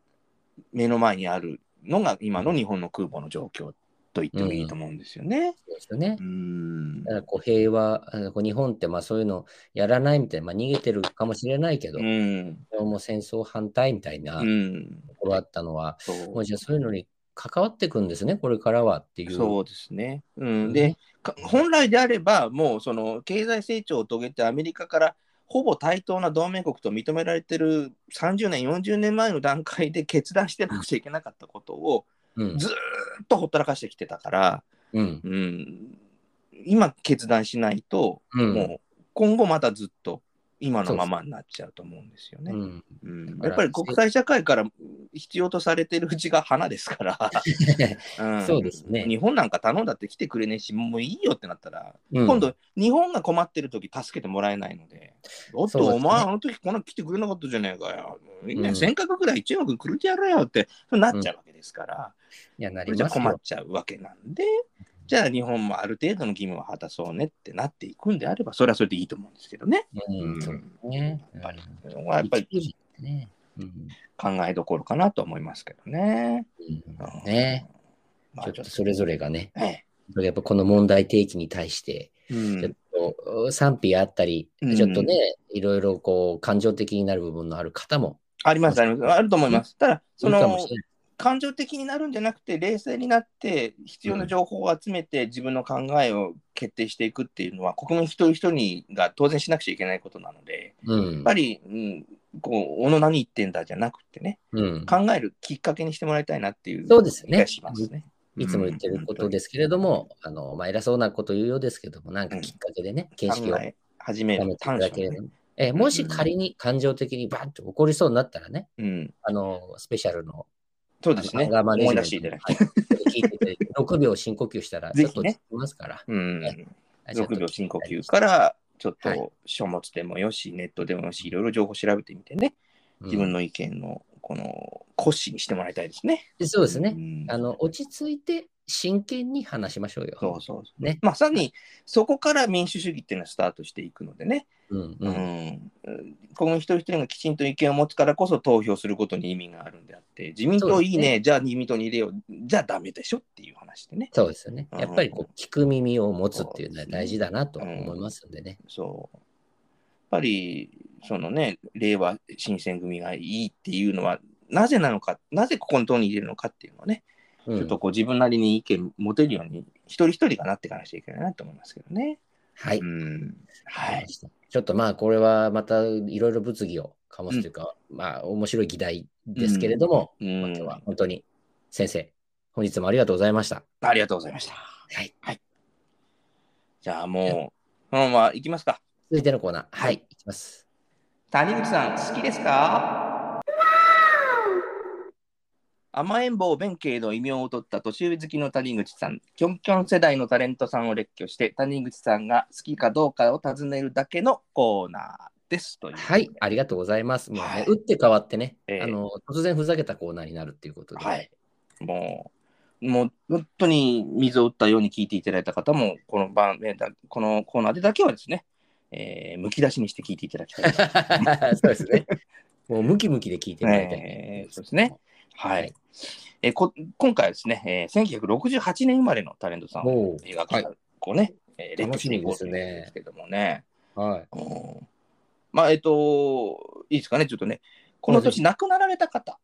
B: 目の前にあるのが、今の日本の空母の状況と言ってもいいと思うんですよね。
A: そうですよね。
B: うん
A: だからこう平和、あのこう日本ってまあそういうのやらないみたいな、まあ、逃げてるかもしれないけど、
B: うん。
A: もう戦争反対みたいな
B: うん。
A: ところあったのは、
B: そう
A: もうじゃあそういうのに関わっていくんですね、これからはっていう。
B: そうですね。うん、で、か本来であれば、もうその経済成長を遂げて、アメリカからほぼ対等な同盟国と認められてる30年、40年前の段階で決断してなくちゃいけなかったことを、
A: うん
B: ずずっとほったらかしてきてたから、
A: うん
B: うん、今決断しないと、
A: うん
B: もう今後またずっと今のままになっちゃうと思うんですよね。
A: うん
B: うん
A: だから
B: やっぱり国際社会から必要とされてるうちが花です から、うん
A: そうですね
B: 日本なんか頼んだって来てくれねえし、もういいよってなったら、
A: うん
B: 今度、日本が困ってる時助けてもらえないので、おっ
A: そ
B: と、
A: うですね
B: お前、あの時こんな来てくれなかったじゃねえかよ、みんな
A: うん
B: 尖閣ぐらい中国に来るてやれよってそうなっちゃうわけですから、
A: いやな
B: こ
A: り
B: れじゃ
A: ます
B: 困っ
A: よ。
B: ちゃうわけなんで、じゃあ日本もある程度の義務を果たそうねってなっていくんであれば、それはそれでいいと思うんですけどね。
A: うん、そうね。
B: やっぱり
A: うん、
B: そこはやっぱり
A: 一時ね。うん
B: 考えどころかなと思いますけどね。
A: うんね
B: ま
A: ちょ
B: あ
A: っ
B: ち
A: と
B: ょっと
A: それぞれがね、
B: ええ
A: やっぱこの問題提起に対して、
B: うん
A: ちょっと賛否あったり、
B: うん
A: ちょっとね、いろいろこう感情的になる部分のある方も
B: あります、あります。あると思います。ただ、
A: い
B: そ
A: るか
B: の
A: もしれない。
B: 感情的になるんじゃなくて、冷静になって、必要な情報を集めて、自分の考えを決定していくっていうのは、国民一人一人が当然しなくちゃいけないことなので、
A: うん
B: やっぱり、うん、こう、おの何言ってんだじゃなくてね、
A: うん、
B: 考えるきっかけにしてもらいたいなっていう
A: そうですよね
B: 気がしますね。
A: いつも言ってることですけれども、あのまあ、偉そうなこと言うようですけども、なんかきっかけでね、
B: うん、
A: 形式を
B: 考え始め
A: やめ
B: る
A: ていただければ、
B: 短
A: ねえーもし仮に感情的にバッと怒りそうになったらね、
B: 所ねうん、
A: あのスペシャルの
B: そうです
A: ア
B: ね。
A: ンガーマネジ
B: 思い
A: メン
B: 出
A: ト
B: していただき
A: はい聞いてて6秒深呼吸したら、ち
B: ぜ
A: ょっ
B: ひ
A: と
B: ね
A: 落ちきますから、
B: うん、
A: ちょっと
B: 6秒深呼吸から、ちょっと書物でもよし、ネットでもよし、いろいろ情報調べてみてね、自分
A: の、
B: の意見のこの骨子にしてもらいたいですね。
A: うんそうですね、
B: ん
A: あの。落ち着いて真剣に話しましょうよ。
B: そうそうそう。
A: ね
B: まさにそこから民主主義っていうのはスタートしていくのでね、
A: うん
B: う
A: うんん
B: うん国民一人一人がきちんと意見を持つからこそ投票することに意味があるんであって、自民党いい
A: そうです
B: ね、じゃあ自民党に入れよう、じゃあダメでしょっていう話でね。
A: そうですよね。やっぱりこ
B: うん
A: う聞く耳を持つっていうの
B: そうで
A: は
B: すね
A: 大事だなと思いますんでね。
B: そう。やっぱり、そのね、令和新選組がいいっていうのは、なぜなのか、なぜここの党に入れるのかっていうのをね、
A: うん
B: ちょっとこう自分なりに意見持てるように、一人一人がなっていかなくちゃいけないなと思いますけどね。
A: はい、
B: うん。はい。
A: ちょっとまあこれはまたいろいろ物議を醸すというか、まあ面白い議題ですけれども、
B: う
A: 今日は
B: ん。
A: 本当に先生、本日もありがとうございました。
B: ありがとうございました。
A: はい。
B: じゃあもう、このまま行きますか。
A: 続いてのコーナー、はい、いきます。
B: 谷口さん、好きですか甘えん坊弁慶の異名を取った年上好きの谷口さん、キョンキョン世代のタレントさんを列挙して、谷口さんが好きかどうかを尋ねるだけのコーナーです。という
A: はい、ありがとうございます。もうね、
B: はい
A: 打って変わってね、
B: ええ
A: あの、突然ふざけたコーナーになるっていうことで、
B: はい。もう、もう本当に水を打ったように聞いていただいた方も、この番ねだこのコーナーでだけはですね、えー、むき出しにして聞いていただきたいな。
A: そうですね。もうムキムキで聞いてもらいたい、
B: えーそうですね。は
A: はい
B: い。えーこ今回はですね、えー、1968年生まれのタレントさんを
A: も
B: 映画化こうね、えー、
A: 楽しみ
B: 歴史に
A: ですね
B: こうというんですけどもね。
A: う、はい。
B: うんまあ、えっ、と、いいですかね、ちょっとね、この年亡くなられた方、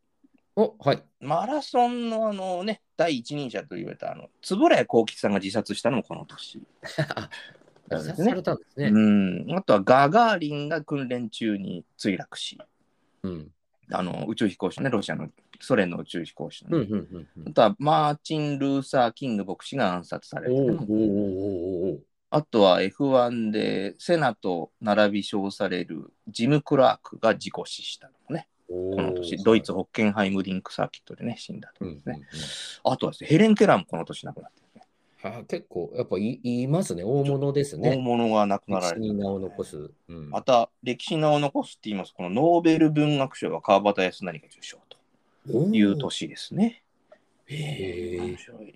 A: お、はい。
B: マラソンのあのね、第一人者と言われた、あの、円谷幸吉さんが自殺したのもこの年。
A: あ
B: そう
A: 自
B: です
A: 殺
B: ね
A: されたんですね。
B: うん。あとは、ガガーリンが訓練中に墜落し、
A: うん。
B: あの、宇宙飛行士のね、ロシアの、ソ連の宇宙飛行士のね、
A: うん。うん。うん。うん
B: あとはマーチン・ルーサー・キング牧師が暗殺され
A: お
B: て
A: うおう
B: る、
A: おうおうおう
B: あとは F1 でセナと並び称されるジム・クラークが事故死したのもね、
A: おう。
B: この年、ドイ
A: ツ
B: ツ・ホッケンハイムリンクサーキットでね、死んだと
A: うん
B: か
A: う
B: で
A: ん
B: す
A: う
B: ね。
A: ん
B: あとはですねヘレン・ケラーもこの年亡くなってるね、
A: あ結構、やっぱいいますね。大物ですね。
B: 大物が亡くなら
A: 歴
B: れ
A: 史
B: て
A: に名を残す。うん
B: また、歴史名を残すって言います、このノーベル文学賞は川端康成が受賞という。年ですね。
A: おうへ
B: 面
A: え。
B: 白い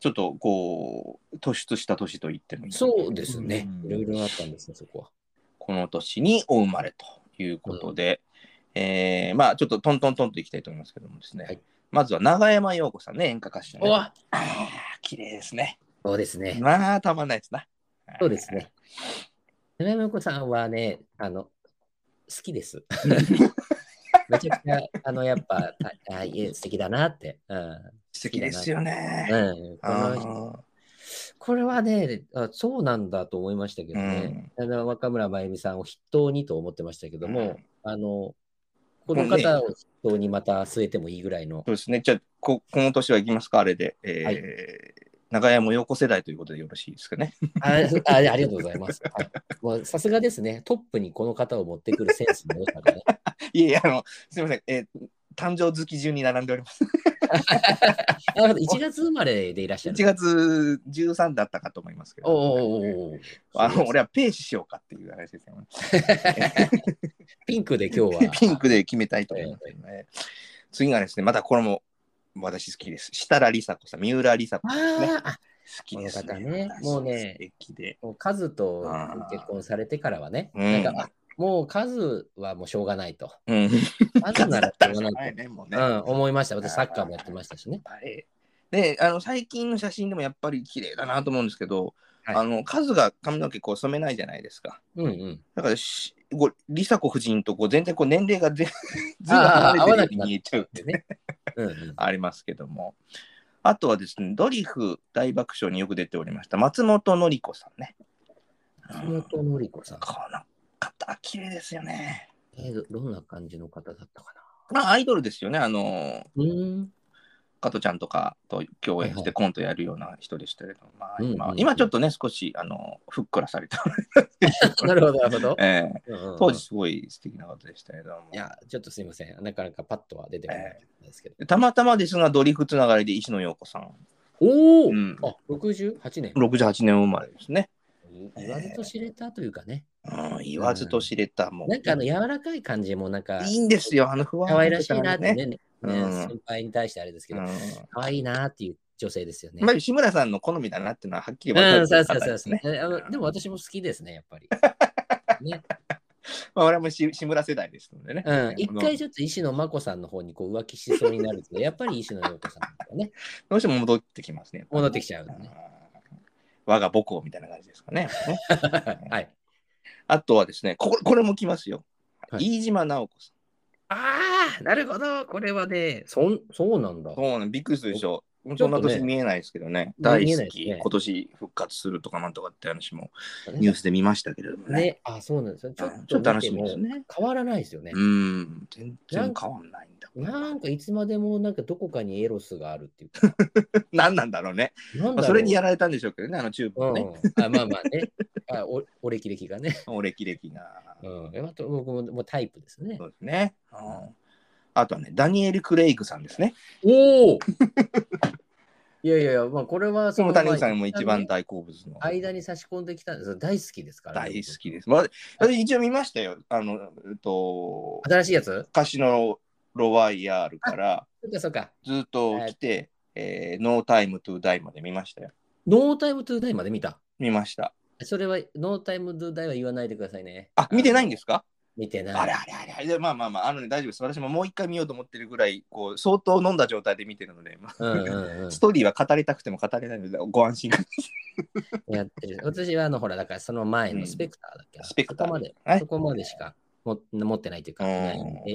B: ちょっとこう、突出した年と言ってもいいのかな
A: そうですね。
B: うん
A: いろいろあったんですね、そこは。
B: この年にお生まれということで、えーまあちょっとトントントンといきたいと思いますけどもですね、
A: はい
B: まずは長山洋子さんね、演歌歌手の、ね。
A: わ
B: あー綺麗ですね。
A: そうですね。
B: まあたまんないですな。
A: そうですね。長山洋子さんはね、あの、好き です。めちゃくちゃ、あの、やっぱ、たあいえ素敵だなって。うん。
B: 素敵ですよね。
A: うん、この人
B: あー
A: これはねあ、そうなんだと思いましたけどね、あの若村真由美さんを筆頭にと思ってましたけども、
B: うん
A: あのこの方を筆頭にまた据えてもいいぐらいの、
B: そうですね。じゃあこ、この年はいきますか、あれで。えー
A: はい
B: 長山洋子世代ということでよろしいですかね。
A: ああありがとうございます。はいもうさすがですね、トップにこの方を持ってくるセンスの良さがね、
B: いえいえ、あの、すみません。えー誕生月順に並んでおります。
A: あ1月生まれでいらっしゃ
B: 1
A: る。
B: 月13だったかと思いますけど。
A: おおおおお
B: あ
A: そ
B: の
A: うです
B: 俺はペイしようかっていう話ですよ ね。。
A: ピンクで今日は
B: ピンクで決めたいと思いますけどね。次がですね、またこれも私好きです。設楽梨紗子さん、三浦梨紗子
A: あ
B: さんですね。
A: ーあ、
B: 好きです
A: この方ね
B: 私
A: もうね
B: 素敵で。
A: もうカズと結婚されてからはね、
B: うん
A: なんかあもうカズはもうしょうがないと。
B: うん。
A: カズならしょう がないと
B: はい。ね、もう
A: う
B: ね。
A: ん、思いました。私、サッカーもやってましたしね。
B: はいであの最近の写真でもやっぱり綺麗だなと思うんですけど、
A: はい
B: あの数が髪の毛こう染めないじゃないですか。
A: うんうん。
B: だからし、ご梨紗子夫人とこう全然こう年齢が全 ず
A: あー
B: いぶん離れてる
A: 合わなくな
B: ように見えちゃうってね、
A: うんうん、
B: ありますけども。あとはですね、ドリフ大爆笑によく出ておりました、松本紀子さんね。
A: 松本のり子さん。
B: この方、綺麗ですよね。
A: えーどどんな感じの方だったか
B: まあ、アイドルですよね。あの、
A: な。うん。
B: 加トちゃんとかと共演
A: は
B: し
A: いは
B: て
A: い
B: コントやるような人でしたけど、まあ
A: うんうんうん
B: 今今ちょっとね、少し、あの、ふっくらされた。
A: なるほど、なるほど。
B: ええ
A: うんうん
B: 当時すごい素敵な方でしたけども
A: いや、ちょっとすいません。なかなかパッとは出てこないですけど。
B: たまたまですが、ドリフつながりで石野陽子さん、
A: おお、
B: うん
A: あ、68年。
B: 68年生まれですね。
A: 言わずと知れたというかね。
B: うん、言わずと知れた、もう。
A: なんかあの柔らかい感じもなんか
B: いいんですよ、あの不安
A: 可愛らしいなってね。ね
B: うん
A: 先輩に対してあれですけ
B: う
A: ど、
B: ん
A: 可愛いなっていう女性ですよね。
B: まあ、志村さんの好みだなっていうのははっきり分か
A: うん、
B: る
A: そうそ
B: 方
A: うそう
B: です
A: そう、
B: ね。
A: えあのでも私も好きですね、やっ ぱり。ね
B: まあ、我々もし志村世代ですのでね。
A: うん、一
B: ど
A: 回ちょっと石野真子さんの方にこう浮気しそうになるけど、やっぱり石野陽子さんだ ね。
B: どうしても戻ってきますね。
A: 戻ってきちゃうね
B: うん我が母校みたいな感じです かね。ね
A: はい。
B: あとはですね、こここれも来ますよ。
A: はい
B: 飯島直子さん。
A: ああ、なるほど。これはね、そんそうなんだ。
B: そうね、びっくりするでしょ。
A: ちょ
B: そ
A: っとね
B: んな年見えないですけどね。
A: ね
B: 大
A: 見えな
B: 好
A: いです
B: き、
A: ね
B: 今年復活するとかなんとかって話もニュ
A: ね
B: ースで見ましたけれどもね。
A: ね、あそうなんですよ。ちょっと
B: ちょっと楽しみです
A: 見て
B: ね。
A: も変わらないですよね
B: う。ん、全然変わんないんだ。
A: なんかいつまでもなんかどこかにエロスがあるっていうか。
B: 何なんだろうね。
A: なんだろ
B: まあ、
A: う
B: それにやられたんでしょうけどね、あのチューブ
A: う
B: の
A: ん
B: ね、
A: あまあまあね。あおお歴々がね。
B: お歴々が。
A: うん。えあと僕ももうタイプですね
B: そ。うですね。うんあとはね、ダニエル・クレイグさんですね。
A: おおいやいやいや、まあこれは
B: その
A: まあ
B: 谷口さんも一番
A: ね
B: 大好物の。
A: 間に差し込んできたんです。大好きですからね、
B: 大好きです。まあ、私一応見ましたよ。あの、えっと、
A: 新しいやつ
B: カシノロワイヤルから
A: そうかそうか。
B: ずっと来て、えーノータイムトゥーダイまで見ましたよ。
A: ノータイムトゥーダイまで見た。
B: 見ました。
A: それはノータイムトゥーダイは言わないでくださいね。
B: あ、見てないんですすか
A: 見てない。
B: あれあれあれあれでまあまあまあ、あのね、大丈夫です。私ももう一回見ようと思ってるぐらい、こう、相当飲んだ状態で見てるので、まあ
A: うんうんうん
B: ス。トーリーは語りたくても語れないので、ご安心くださ
A: やってる。私はあの、ほら、だからその前
B: う
A: の
B: ん
A: スペクターだっけな、
B: スペクター
A: そこまで、
B: はい
A: そこまでしかも持ってないというか、
B: うん
A: ないんで
B: えい。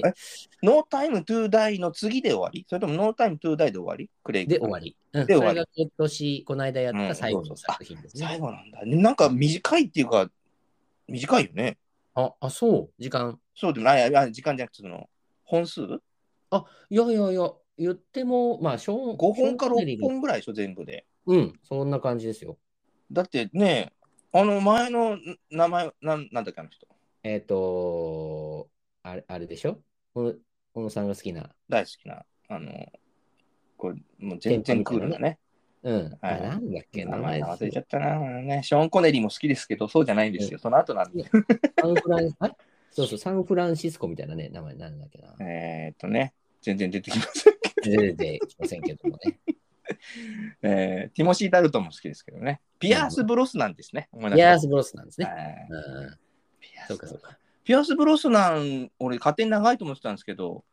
B: ノータイムトゥーダイの次で終わりそれともノータイムトゥーダイで終わりクレイグ
A: で
B: さん
A: 終わり。うん、そ
B: で終わり
A: れが今年、この間やった最後の作品です
B: 最
A: ね。
B: 後なんだ。なんか短いっていうか、短いよね。
A: あ、あ、そう、時間。
B: そうでもない、ああ時間じゃなくて、その、本数
A: い
B: ?5
A: やいやいや、言っても、まあ、ショーン、
B: 本か
A: ショーンネリ
B: 6
A: ーの
B: 本ぐらいでしょ、全部で。
A: うん、そんな感じですよ。
B: だってね、あの前のん名前、なんなんだっけ、あの人。
A: えっ、とあれ、あれでしょこの小野さんが好きな。
B: 大好きな、あの、これ、もう全然クールだね。
A: うん。
B: はい
A: あなんだっけ、
B: 名
A: 名
B: 前
A: 前
B: 忘れちゃったな、ね。ショーン・コネリーも好きですけど、そうじゃないんですよ。その後なんで。
A: サンフラン、あれそうそう、サンフランシスコみたいなね、名前なんだっけな。
B: えーっとね、全然出てきません。
A: 出てきませんけどもね。
B: えー、ティモシー・ダルトンも好きですけどね。ピアース・ブロスなんですね。思い出
A: ピ
B: した
A: アース・ブロスなんですね。
B: はい
A: うん、
B: ピアース
A: そうかそうか。
B: ピアース・ブロスなん、俺、勝手に長いと思ってたんですけど、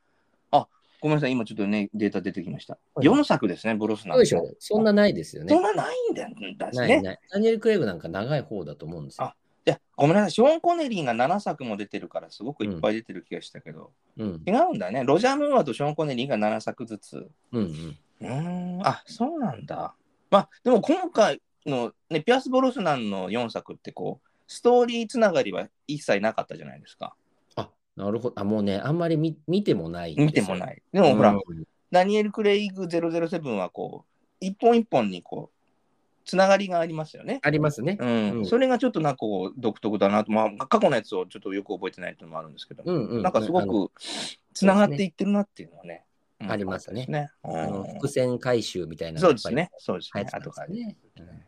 B: あごめんなさい、今ちょっとね、データ出てきました。
A: はい
B: 4作ですね、ブロスな
A: そう
B: んで
A: ですし
B: よ
A: ょう。そんなないですよね
B: そん。なないんだよです
A: な
B: ね。
A: いない。ダニエル・クレイグなんか長い方だと思うんですよ。
B: いや、ごめんなさい、ショーン・コネリーが7作も出てるから、すごくいっぱい出てる気がしたけど、
A: うん。
B: 違うんだね。ロジャー・ムーアとショーン・コネリーが7作ずつ。
A: うんうん。
B: うーん、あそうなんだ。まあ、でも今回の、ね、ピアス・ボロスナンの4作ってこう、ストーリーつながりは一切なかったじゃないですか。
A: あ、なるほど。あ、もうね、あんまり見見てもない。
B: 見てもないい。でもほら、
A: うん
B: ダニエル・クレイグ007はこう、一本一本にこう、つながりがありますよね。
A: ありますね
B: う。ん、
A: うん
B: それがちょっとなんかこう独特だなと、まあ、過去のやつをちょっとよく覚えてないっていうのもあるんですけど、
A: うんうん。
B: なんかすご
A: あの
B: くつながっていってるなっていうのはね、
A: ありますね
B: うんあった
A: あ
B: ですね
A: の
B: うん
A: 伏線回収みたいなの
B: そう
A: が
B: ですね。そうです
A: やっ
B: ね。
A: ぱ
B: あ
A: り入って
B: と
A: た
B: か
A: んですね。うん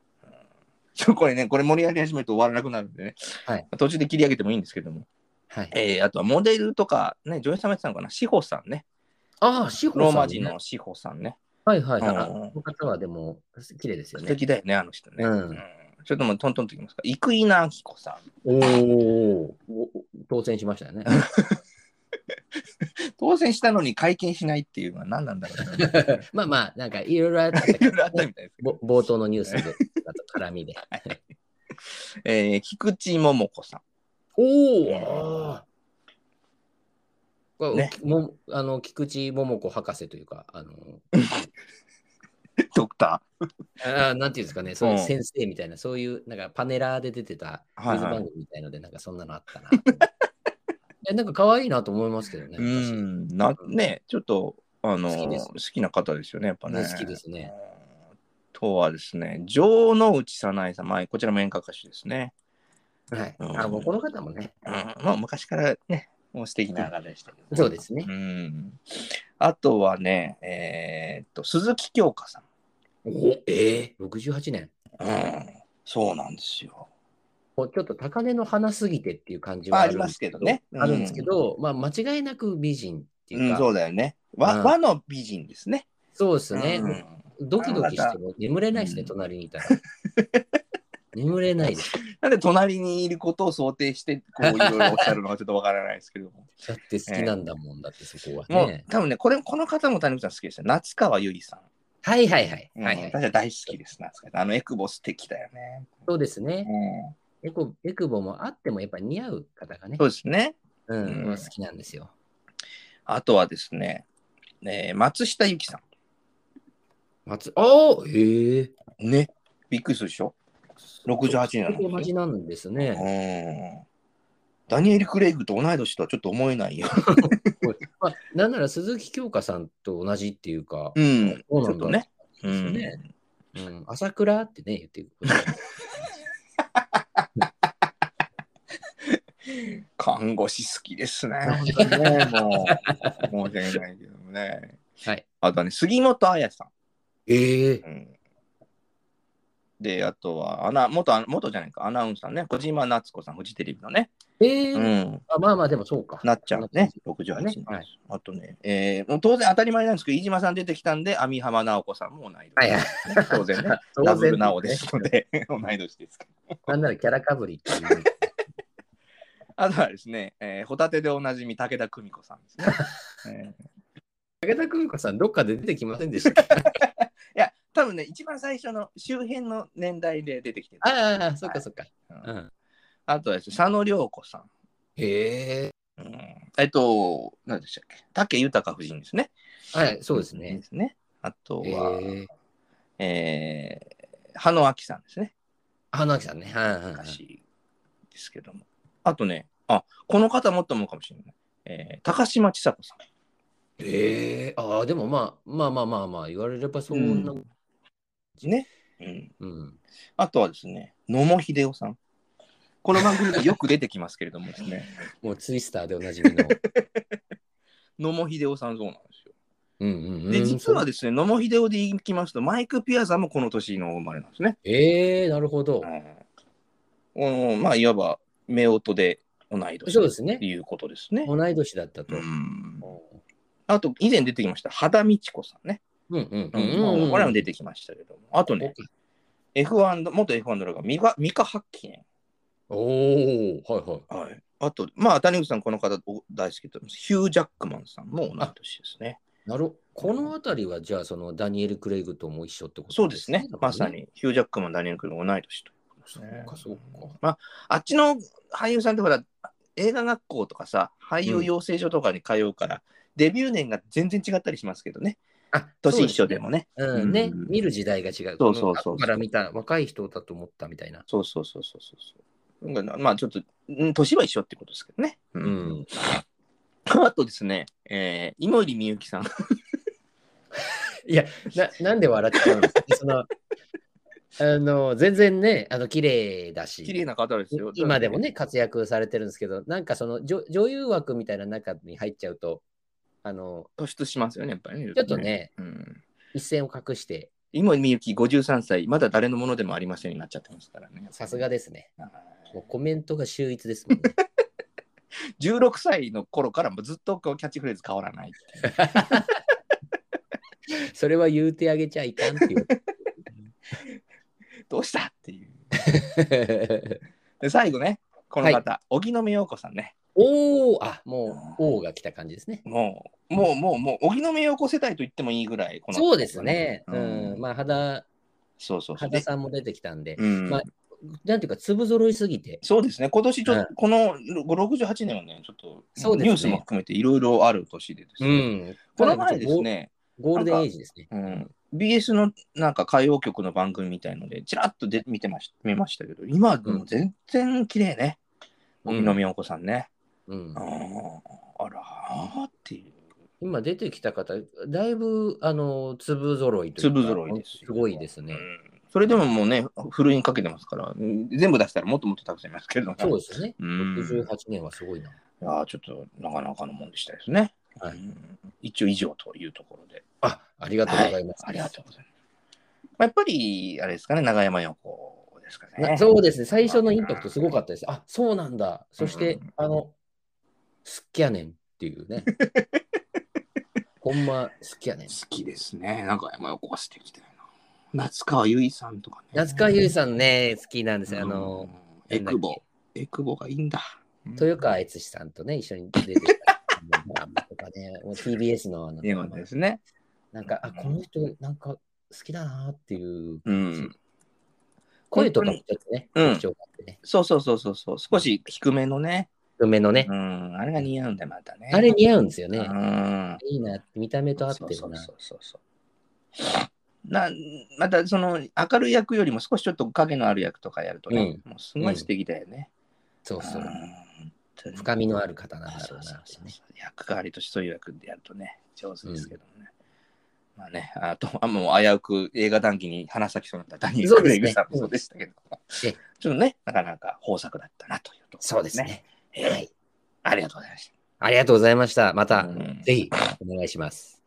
B: ち ょこれね、これ盛り上げ始めると終わらなくなるんでね、
A: はい
B: 途中で切り上げてもいいんですけども、
A: はい。
B: えーあとはモデルとか、ね、女優さんもやってたのかな、志保さんね、
A: ああ、シホさんね
B: ローマ人の志保さんね、
A: はいはいはい。あ
B: うん
A: この方はでも、綺麗ですよ
B: 素
A: ね。
B: 敵だよね、あの人ね。
A: うん
B: ちょっともうトントンといきますか、生稲晃子さ
A: お
B: ん。
A: ーお、当選しましたよ ね。
B: 当選したのに会見しないっていうのは何なんだろ うね
A: まあまあ、なんかいろいろあったけ
B: いろ
A: ど
B: いろあったみたいですけど
A: ぼ冒頭のニュースで、あと絡みで。
B: えー菊池桃子さん。
A: おおこれ
B: ね
A: もあの菊池桃子博士というか、あの
B: ドクタ
A: あーなんていうんですかね、そう
B: う
A: いうん先生みたいな、そういうなんかパネラーで出てた
B: は
A: ク
B: いはい
A: イズ番組みたいので、なんかそんなのあ ったな。えなんか可愛いなと思いますけどね。
B: ー。う
A: 私
B: ん。な、ね、ちょっと、あのー
A: 好きです
B: 好きな方ですよね、やっぱね。
A: ね好きですね。
B: あとはですね、城之内早苗さん、まあ、こちらも演歌歌手ですね。
A: はい。
B: うん
A: あ、もうこの方もね。
B: うん、まあ、昔からね、もう素敵な方でしたけど、
A: そうですね
B: う。ん。あとはね、えーっと、鈴木京香さん。
A: おえー、68年。
B: うん。そうなんですよ。
A: もうちょっと高値の花すぎてっていう感じ
B: ま
A: は
B: あ、
A: あ
B: あ
A: る
B: り
A: んで
B: ますす
A: け
B: け
A: ど
B: ど、ね。
A: あるんですけど、まあ、間違いなく美人って
B: う
A: い
B: ん、
A: う
B: う
A: か、
B: んそうだよね。和,、
A: うん
B: 和の美人ですね。
A: そうですね、
B: うん
A: ドキドキしても眠れないですね、
B: うん
A: 隣にいたら。 眠れないです。
B: なんで隣にいることを想定して、こう、いろいろおっしゃるのはちょっとわからないですけども。
A: だって好きなんだもんだって、そこは
B: もう、
A: ね。
B: 多分ね、これ、この方も谷口さん好きですよ。夏川由里さん。
A: はいはいはい。
B: うん
A: はいはい、
B: 私は大好きです、夏川さん。あの、エクボ素敵だよね。
A: そうですね。
B: うん、
A: エコエクボもあってもやっぱ似合う方がね
B: そ、うですね。
A: うん
B: うん
A: まあ好きなんですよ。
B: あとはですね、えー松下由紀さ
A: 松ああへえ。
B: ん。ね。びっくりするでしょ。68年なんですよ
A: 同じなんですね。
B: うん。ダニエル・クレイグと同い年とはちょっと思えないよ。
A: まあ、なんなら鈴木京香さんと同じっていうか、
B: うん。ち
A: そうなんだ
B: ょっとね。う
A: ですよ
B: ん。
A: ねうん、朝倉ってね、言ってる。
B: 看護師好きですね。本当にね、 もう。申し訳ないけどもね。
A: はい。
B: あとはね、杉本彩さん。
A: ええ
B: うんで、あとはアナ元ア、元じゃないか、アナウンサーね、小島夏子さん、フジテレビのね、
A: ええ
B: うん、
A: あまあまあ、でもそうか。
B: なっちゃうね、68
A: ね
B: 年です。
A: はい
B: あとね、えーもう当然当たり前なんですけど、飯島さん出てきたんで、網浜直子さんも同い
A: は
B: 年、
A: いはい
B: 当然ね、
A: 当然
B: ダブル直ですので、 同い年ですから
A: なんならキャラかぶりっていう。
B: あとはですね、えーホタテでおなじみ、武田久美子さんです ね。えー
A: 武田久美子さん、どっかで出てきませんでしたっけ
B: いや、多分ね、一番最初の周辺の年代で出てきてる
A: ああ、そっかそっか。
B: うん
A: うん、
B: あとはですね、佐野涼子さん。
A: へえ。
B: うんえっと、何でしたっけ武豊夫人ですね。
A: はい、そうですね。
B: あと
A: え
B: は、
A: え
B: えー、羽野明さんですね。
A: 花木さんね。はいはいはい。
B: 昔ですけども。あとね、あこの方もっともかもしれない。えー、高島ちさ子さん。
A: ええああ、でもまあまあまあまあまあ、言われればそんな。うん。
B: ね、うん。あとはですね、野茂英雄さん。この番組でよく出てきますけれどもで すね、
A: もうツイスターでおなじ みの。
B: 野茂英雄さんそうなんですよ。
A: うんうんうん。
B: で、実はですね、野茂英雄で言いきますと、マイク・ピアザもこの年の生まれなんですね。
A: ええなるほど。
B: うん、まあいわば夫婦で同い年
A: そう
B: と
A: ですね。
B: いうことですね。
A: 同い年だったと。
B: う
A: うん
B: ん、あと以前出てきました羽田美智子さんね。
A: うんうん
B: う
A: うんんうん。
B: これも出てきましたけども。あとね、F1 元 F1 ドラがミカミカハッキン。
A: おおはいはい。
B: はい。あと、まあ、谷口さん、この方お大好きと思います。ヒュー・ジャックマンさんも同い年ですね。
A: なるこのあたりはじゃあそのダニエル・クレイグとも一緒ってこと
B: そうですね。まさ。
A: だから
B: に、ヒュー・ジャックマン、ダニエル・クルも同い年ということ
A: そう
B: ですね
A: かそうか。
B: まあ、あっちの俳優さんってほら、映画学校とかさ、俳優養成所とかに通うから、デビュー年が全然違ったりしますけどね。
A: あ
B: 年一緒でもね。
A: そうですね。うんね、見る時代が違う。
B: そうそうそうそ
A: この後
B: う
A: から見た若い人だと思ったみたいな。
B: そうそうそうそうそうそう。なんかまあ、ちょっと、うん年は一緒ってことですけどね。う
A: う。ん。
B: あとですね、えー、今入みゆきさん。
A: いや、な なんで笑っちゃうんですかその あの全然ね、あの綺麗だし。
B: 綺麗な方ですよ。
A: 今でもね、活躍されてるんですけど、なんかその女女優枠みたいな中に入っちゃうと、あの、
B: 突出しますよね、やっぱりね。
A: ちょっと。ね、
B: うん。
A: 一線を隠して、
B: 今みゆき53歳、まだ誰のものでもありませんになっちゃってますからね。
A: さすがですね。
B: はい。
A: もうコメントが秀逸ですもんね。
B: 16歳の頃からもずっとこうキャッチフレーズ変わらないっていう。
A: それは言うてあげちゃいかんっていう。
B: どうしたっていう。で、最後ね、この方、荻野目洋子さんね。
A: おおあもう、王が来た感じですね。
B: もう、もう、もう、もう、荻野目洋子世代と言ってもいいぐらい、この
A: そうですね。うん。
B: うん
A: まあ、肌、
B: そうそうそう。
A: 肌
B: で
A: さんも出てきたんで、
B: うん
A: まあなんていうか、粒揃いすぎて。
B: そうですね、今年ちょっと、
A: うん
B: この5、68年はね、ちょっと
A: そうですね
B: ニュースも含めていろいろある年でです
A: う
B: ね、
A: ん。
B: この前ですね、
A: ゴールデンエイジですね。
B: うん、BS のなんか歌謡曲の番組みたいので、ちらっとで見てまし見ましたけど、今はもう全然綺麗ね、
A: うん
B: 荻野目洋子さんね。
A: うん
B: あー、あらーっていう。
A: 今出てきた方、だいぶ、あの、粒揃いというか
B: 粒揃いですよ。
A: すごいですね
B: う。んそれでももうね、ふるいにかけてますから、うん全部出したらもっともっとたくさんいますけれども。
A: そうですね。
B: うん
A: 68年はすごいな。
B: いやーちょっとなかなかのもんでしたですね。
A: はい
B: うん一応以上というところで。
A: あ、ありがとうございます。
B: ありがとうございます。まあ、やっぱり、あれですかね、永山洋子ですかね
A: な。そうですね、最初のインパクトすごかったです。あそうなんだ。そして、
B: うん
A: あの、好きやねんっていう ね。ほんま好きやねん。
B: 好きですね。なんか山横は素敵だよな。夏川由衣さんとかね。
A: 夏川優衣さんね、好きなんですよ。あの、
B: うん、エクボ。エクボがいいんだ。
A: 豊川悦司さんとね、一緒に出てた。 とかね、もう TBS のあの
B: よかったですね。
A: なんか、あ、この人、なんか好きだなっていう
B: うん。
A: 声とかもちょっとね、
B: うん
A: 特徴があってね、
B: そうそうそうそうそう。少し低めのね。
A: 低めのね
B: う、ん。あれが似合うんだよ、またね。
A: あれ似合うんですよ
B: う
A: ね。
B: ん。
A: いいな、見た目と合ってるな。
B: そうそうそうそうなまたその明るい役よりも少しちょっと影のある役とかやるとね、もうすごい素敵だよね。。
A: そうそううん
B: 本当に
A: 深みのある方なんだ
B: そ
A: ろう
B: うそう
A: なって
B: そう
A: ね。
B: そう役代わりとしてそういう役でやるとね、上手ですけどもね。まあね、あと、あもう危うく映画談義に花咲きそうになったダニエル・
A: そう
B: ク
A: です
B: レ
A: ね
B: イグさんもそうでしたけど、
A: ええ
B: ちょっとね、なかなか豊作だったなというところ
A: そうです。ね。
B: ええ
A: はい。
B: ありがとうございまし
A: ありがとうございました。ま
B: た。
A: た、
B: うん
A: ぜひお願いします。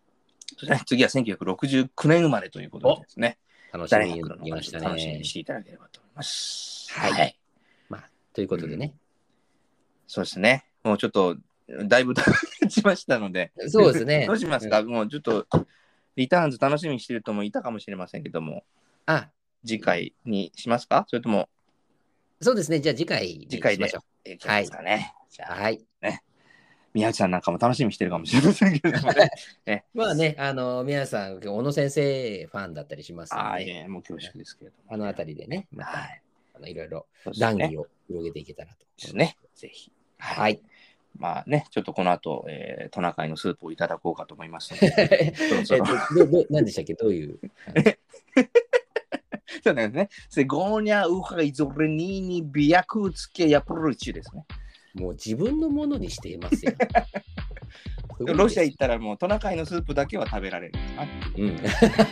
B: そしてね 次は1969年生まれということでですね、
A: 楽し
B: 誰
A: み
B: に
A: に
B: 来るの
A: 来ました
B: か楽しみ
A: ね
B: にし。ていただければと思います。
A: はいまあ、ということでね。
B: そうですね。もうちょっと、だいぶ経ちましたので、
A: そうですね
B: どうしますか、もうちょっと、リターンズ楽しみにしてる人もいたかもしれませんけども、
A: あ、
B: 次回にしますかそれとも、
A: そうですね。じゃあ次回に
B: 次回
A: し
B: で
A: ましょう。
B: えー、決めますかね。じゃあ、
A: はい。
B: 宮内さんなんかも楽しみにしてるかもしれませんけども ね。
A: まあね、あの、皆さん、小野先生ファンだったりしますの
B: はい、
A: で、
B: えーもう恐縮ですけれども。
A: あのあたりでね、ま
B: は
A: た、
B: い。
A: あのいろいろ
B: そうです
A: 談
B: ね
A: 義を広げていけたらと。
B: ですね。ぜひ。。
A: はいい。
B: まあね、ちょっとこの後、えー、トナカイのスープをいただこうかと思いますので。
A: え
B: どう
A: ど
B: ぞ
A: どど何でしたっけどういう。
B: そうなんですね。セゴーニャウハイゾレニーニビヤクーツケヤプルチですね。
A: もう自分のものにしていますよ。
B: ロシア行ったらもうトナカイのスープだけは食べられるんですか。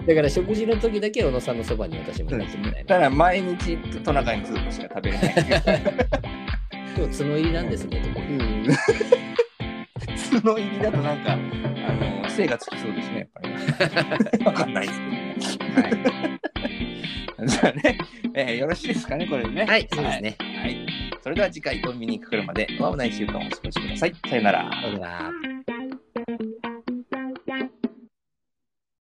A: うん、 だから食事の時だけ小野さんのそばに私もいなきゃいけない
B: た
A: な。
B: だ毎日トナカイのスープしか食べれない。
A: 今日角入りなんですねとか 言う。
B: 普通の入りだとなんか、あの、精がつきそうですね、やっぱ り。わかんないですけどね。はい。じゃあね、えーよろしいですかね、これでね。
A: はい、そうですね。
B: はい。はい。それでは次回コンビニにかかるまで、ワオな一週間をお過ごしください。さよなら。
A: さよなら。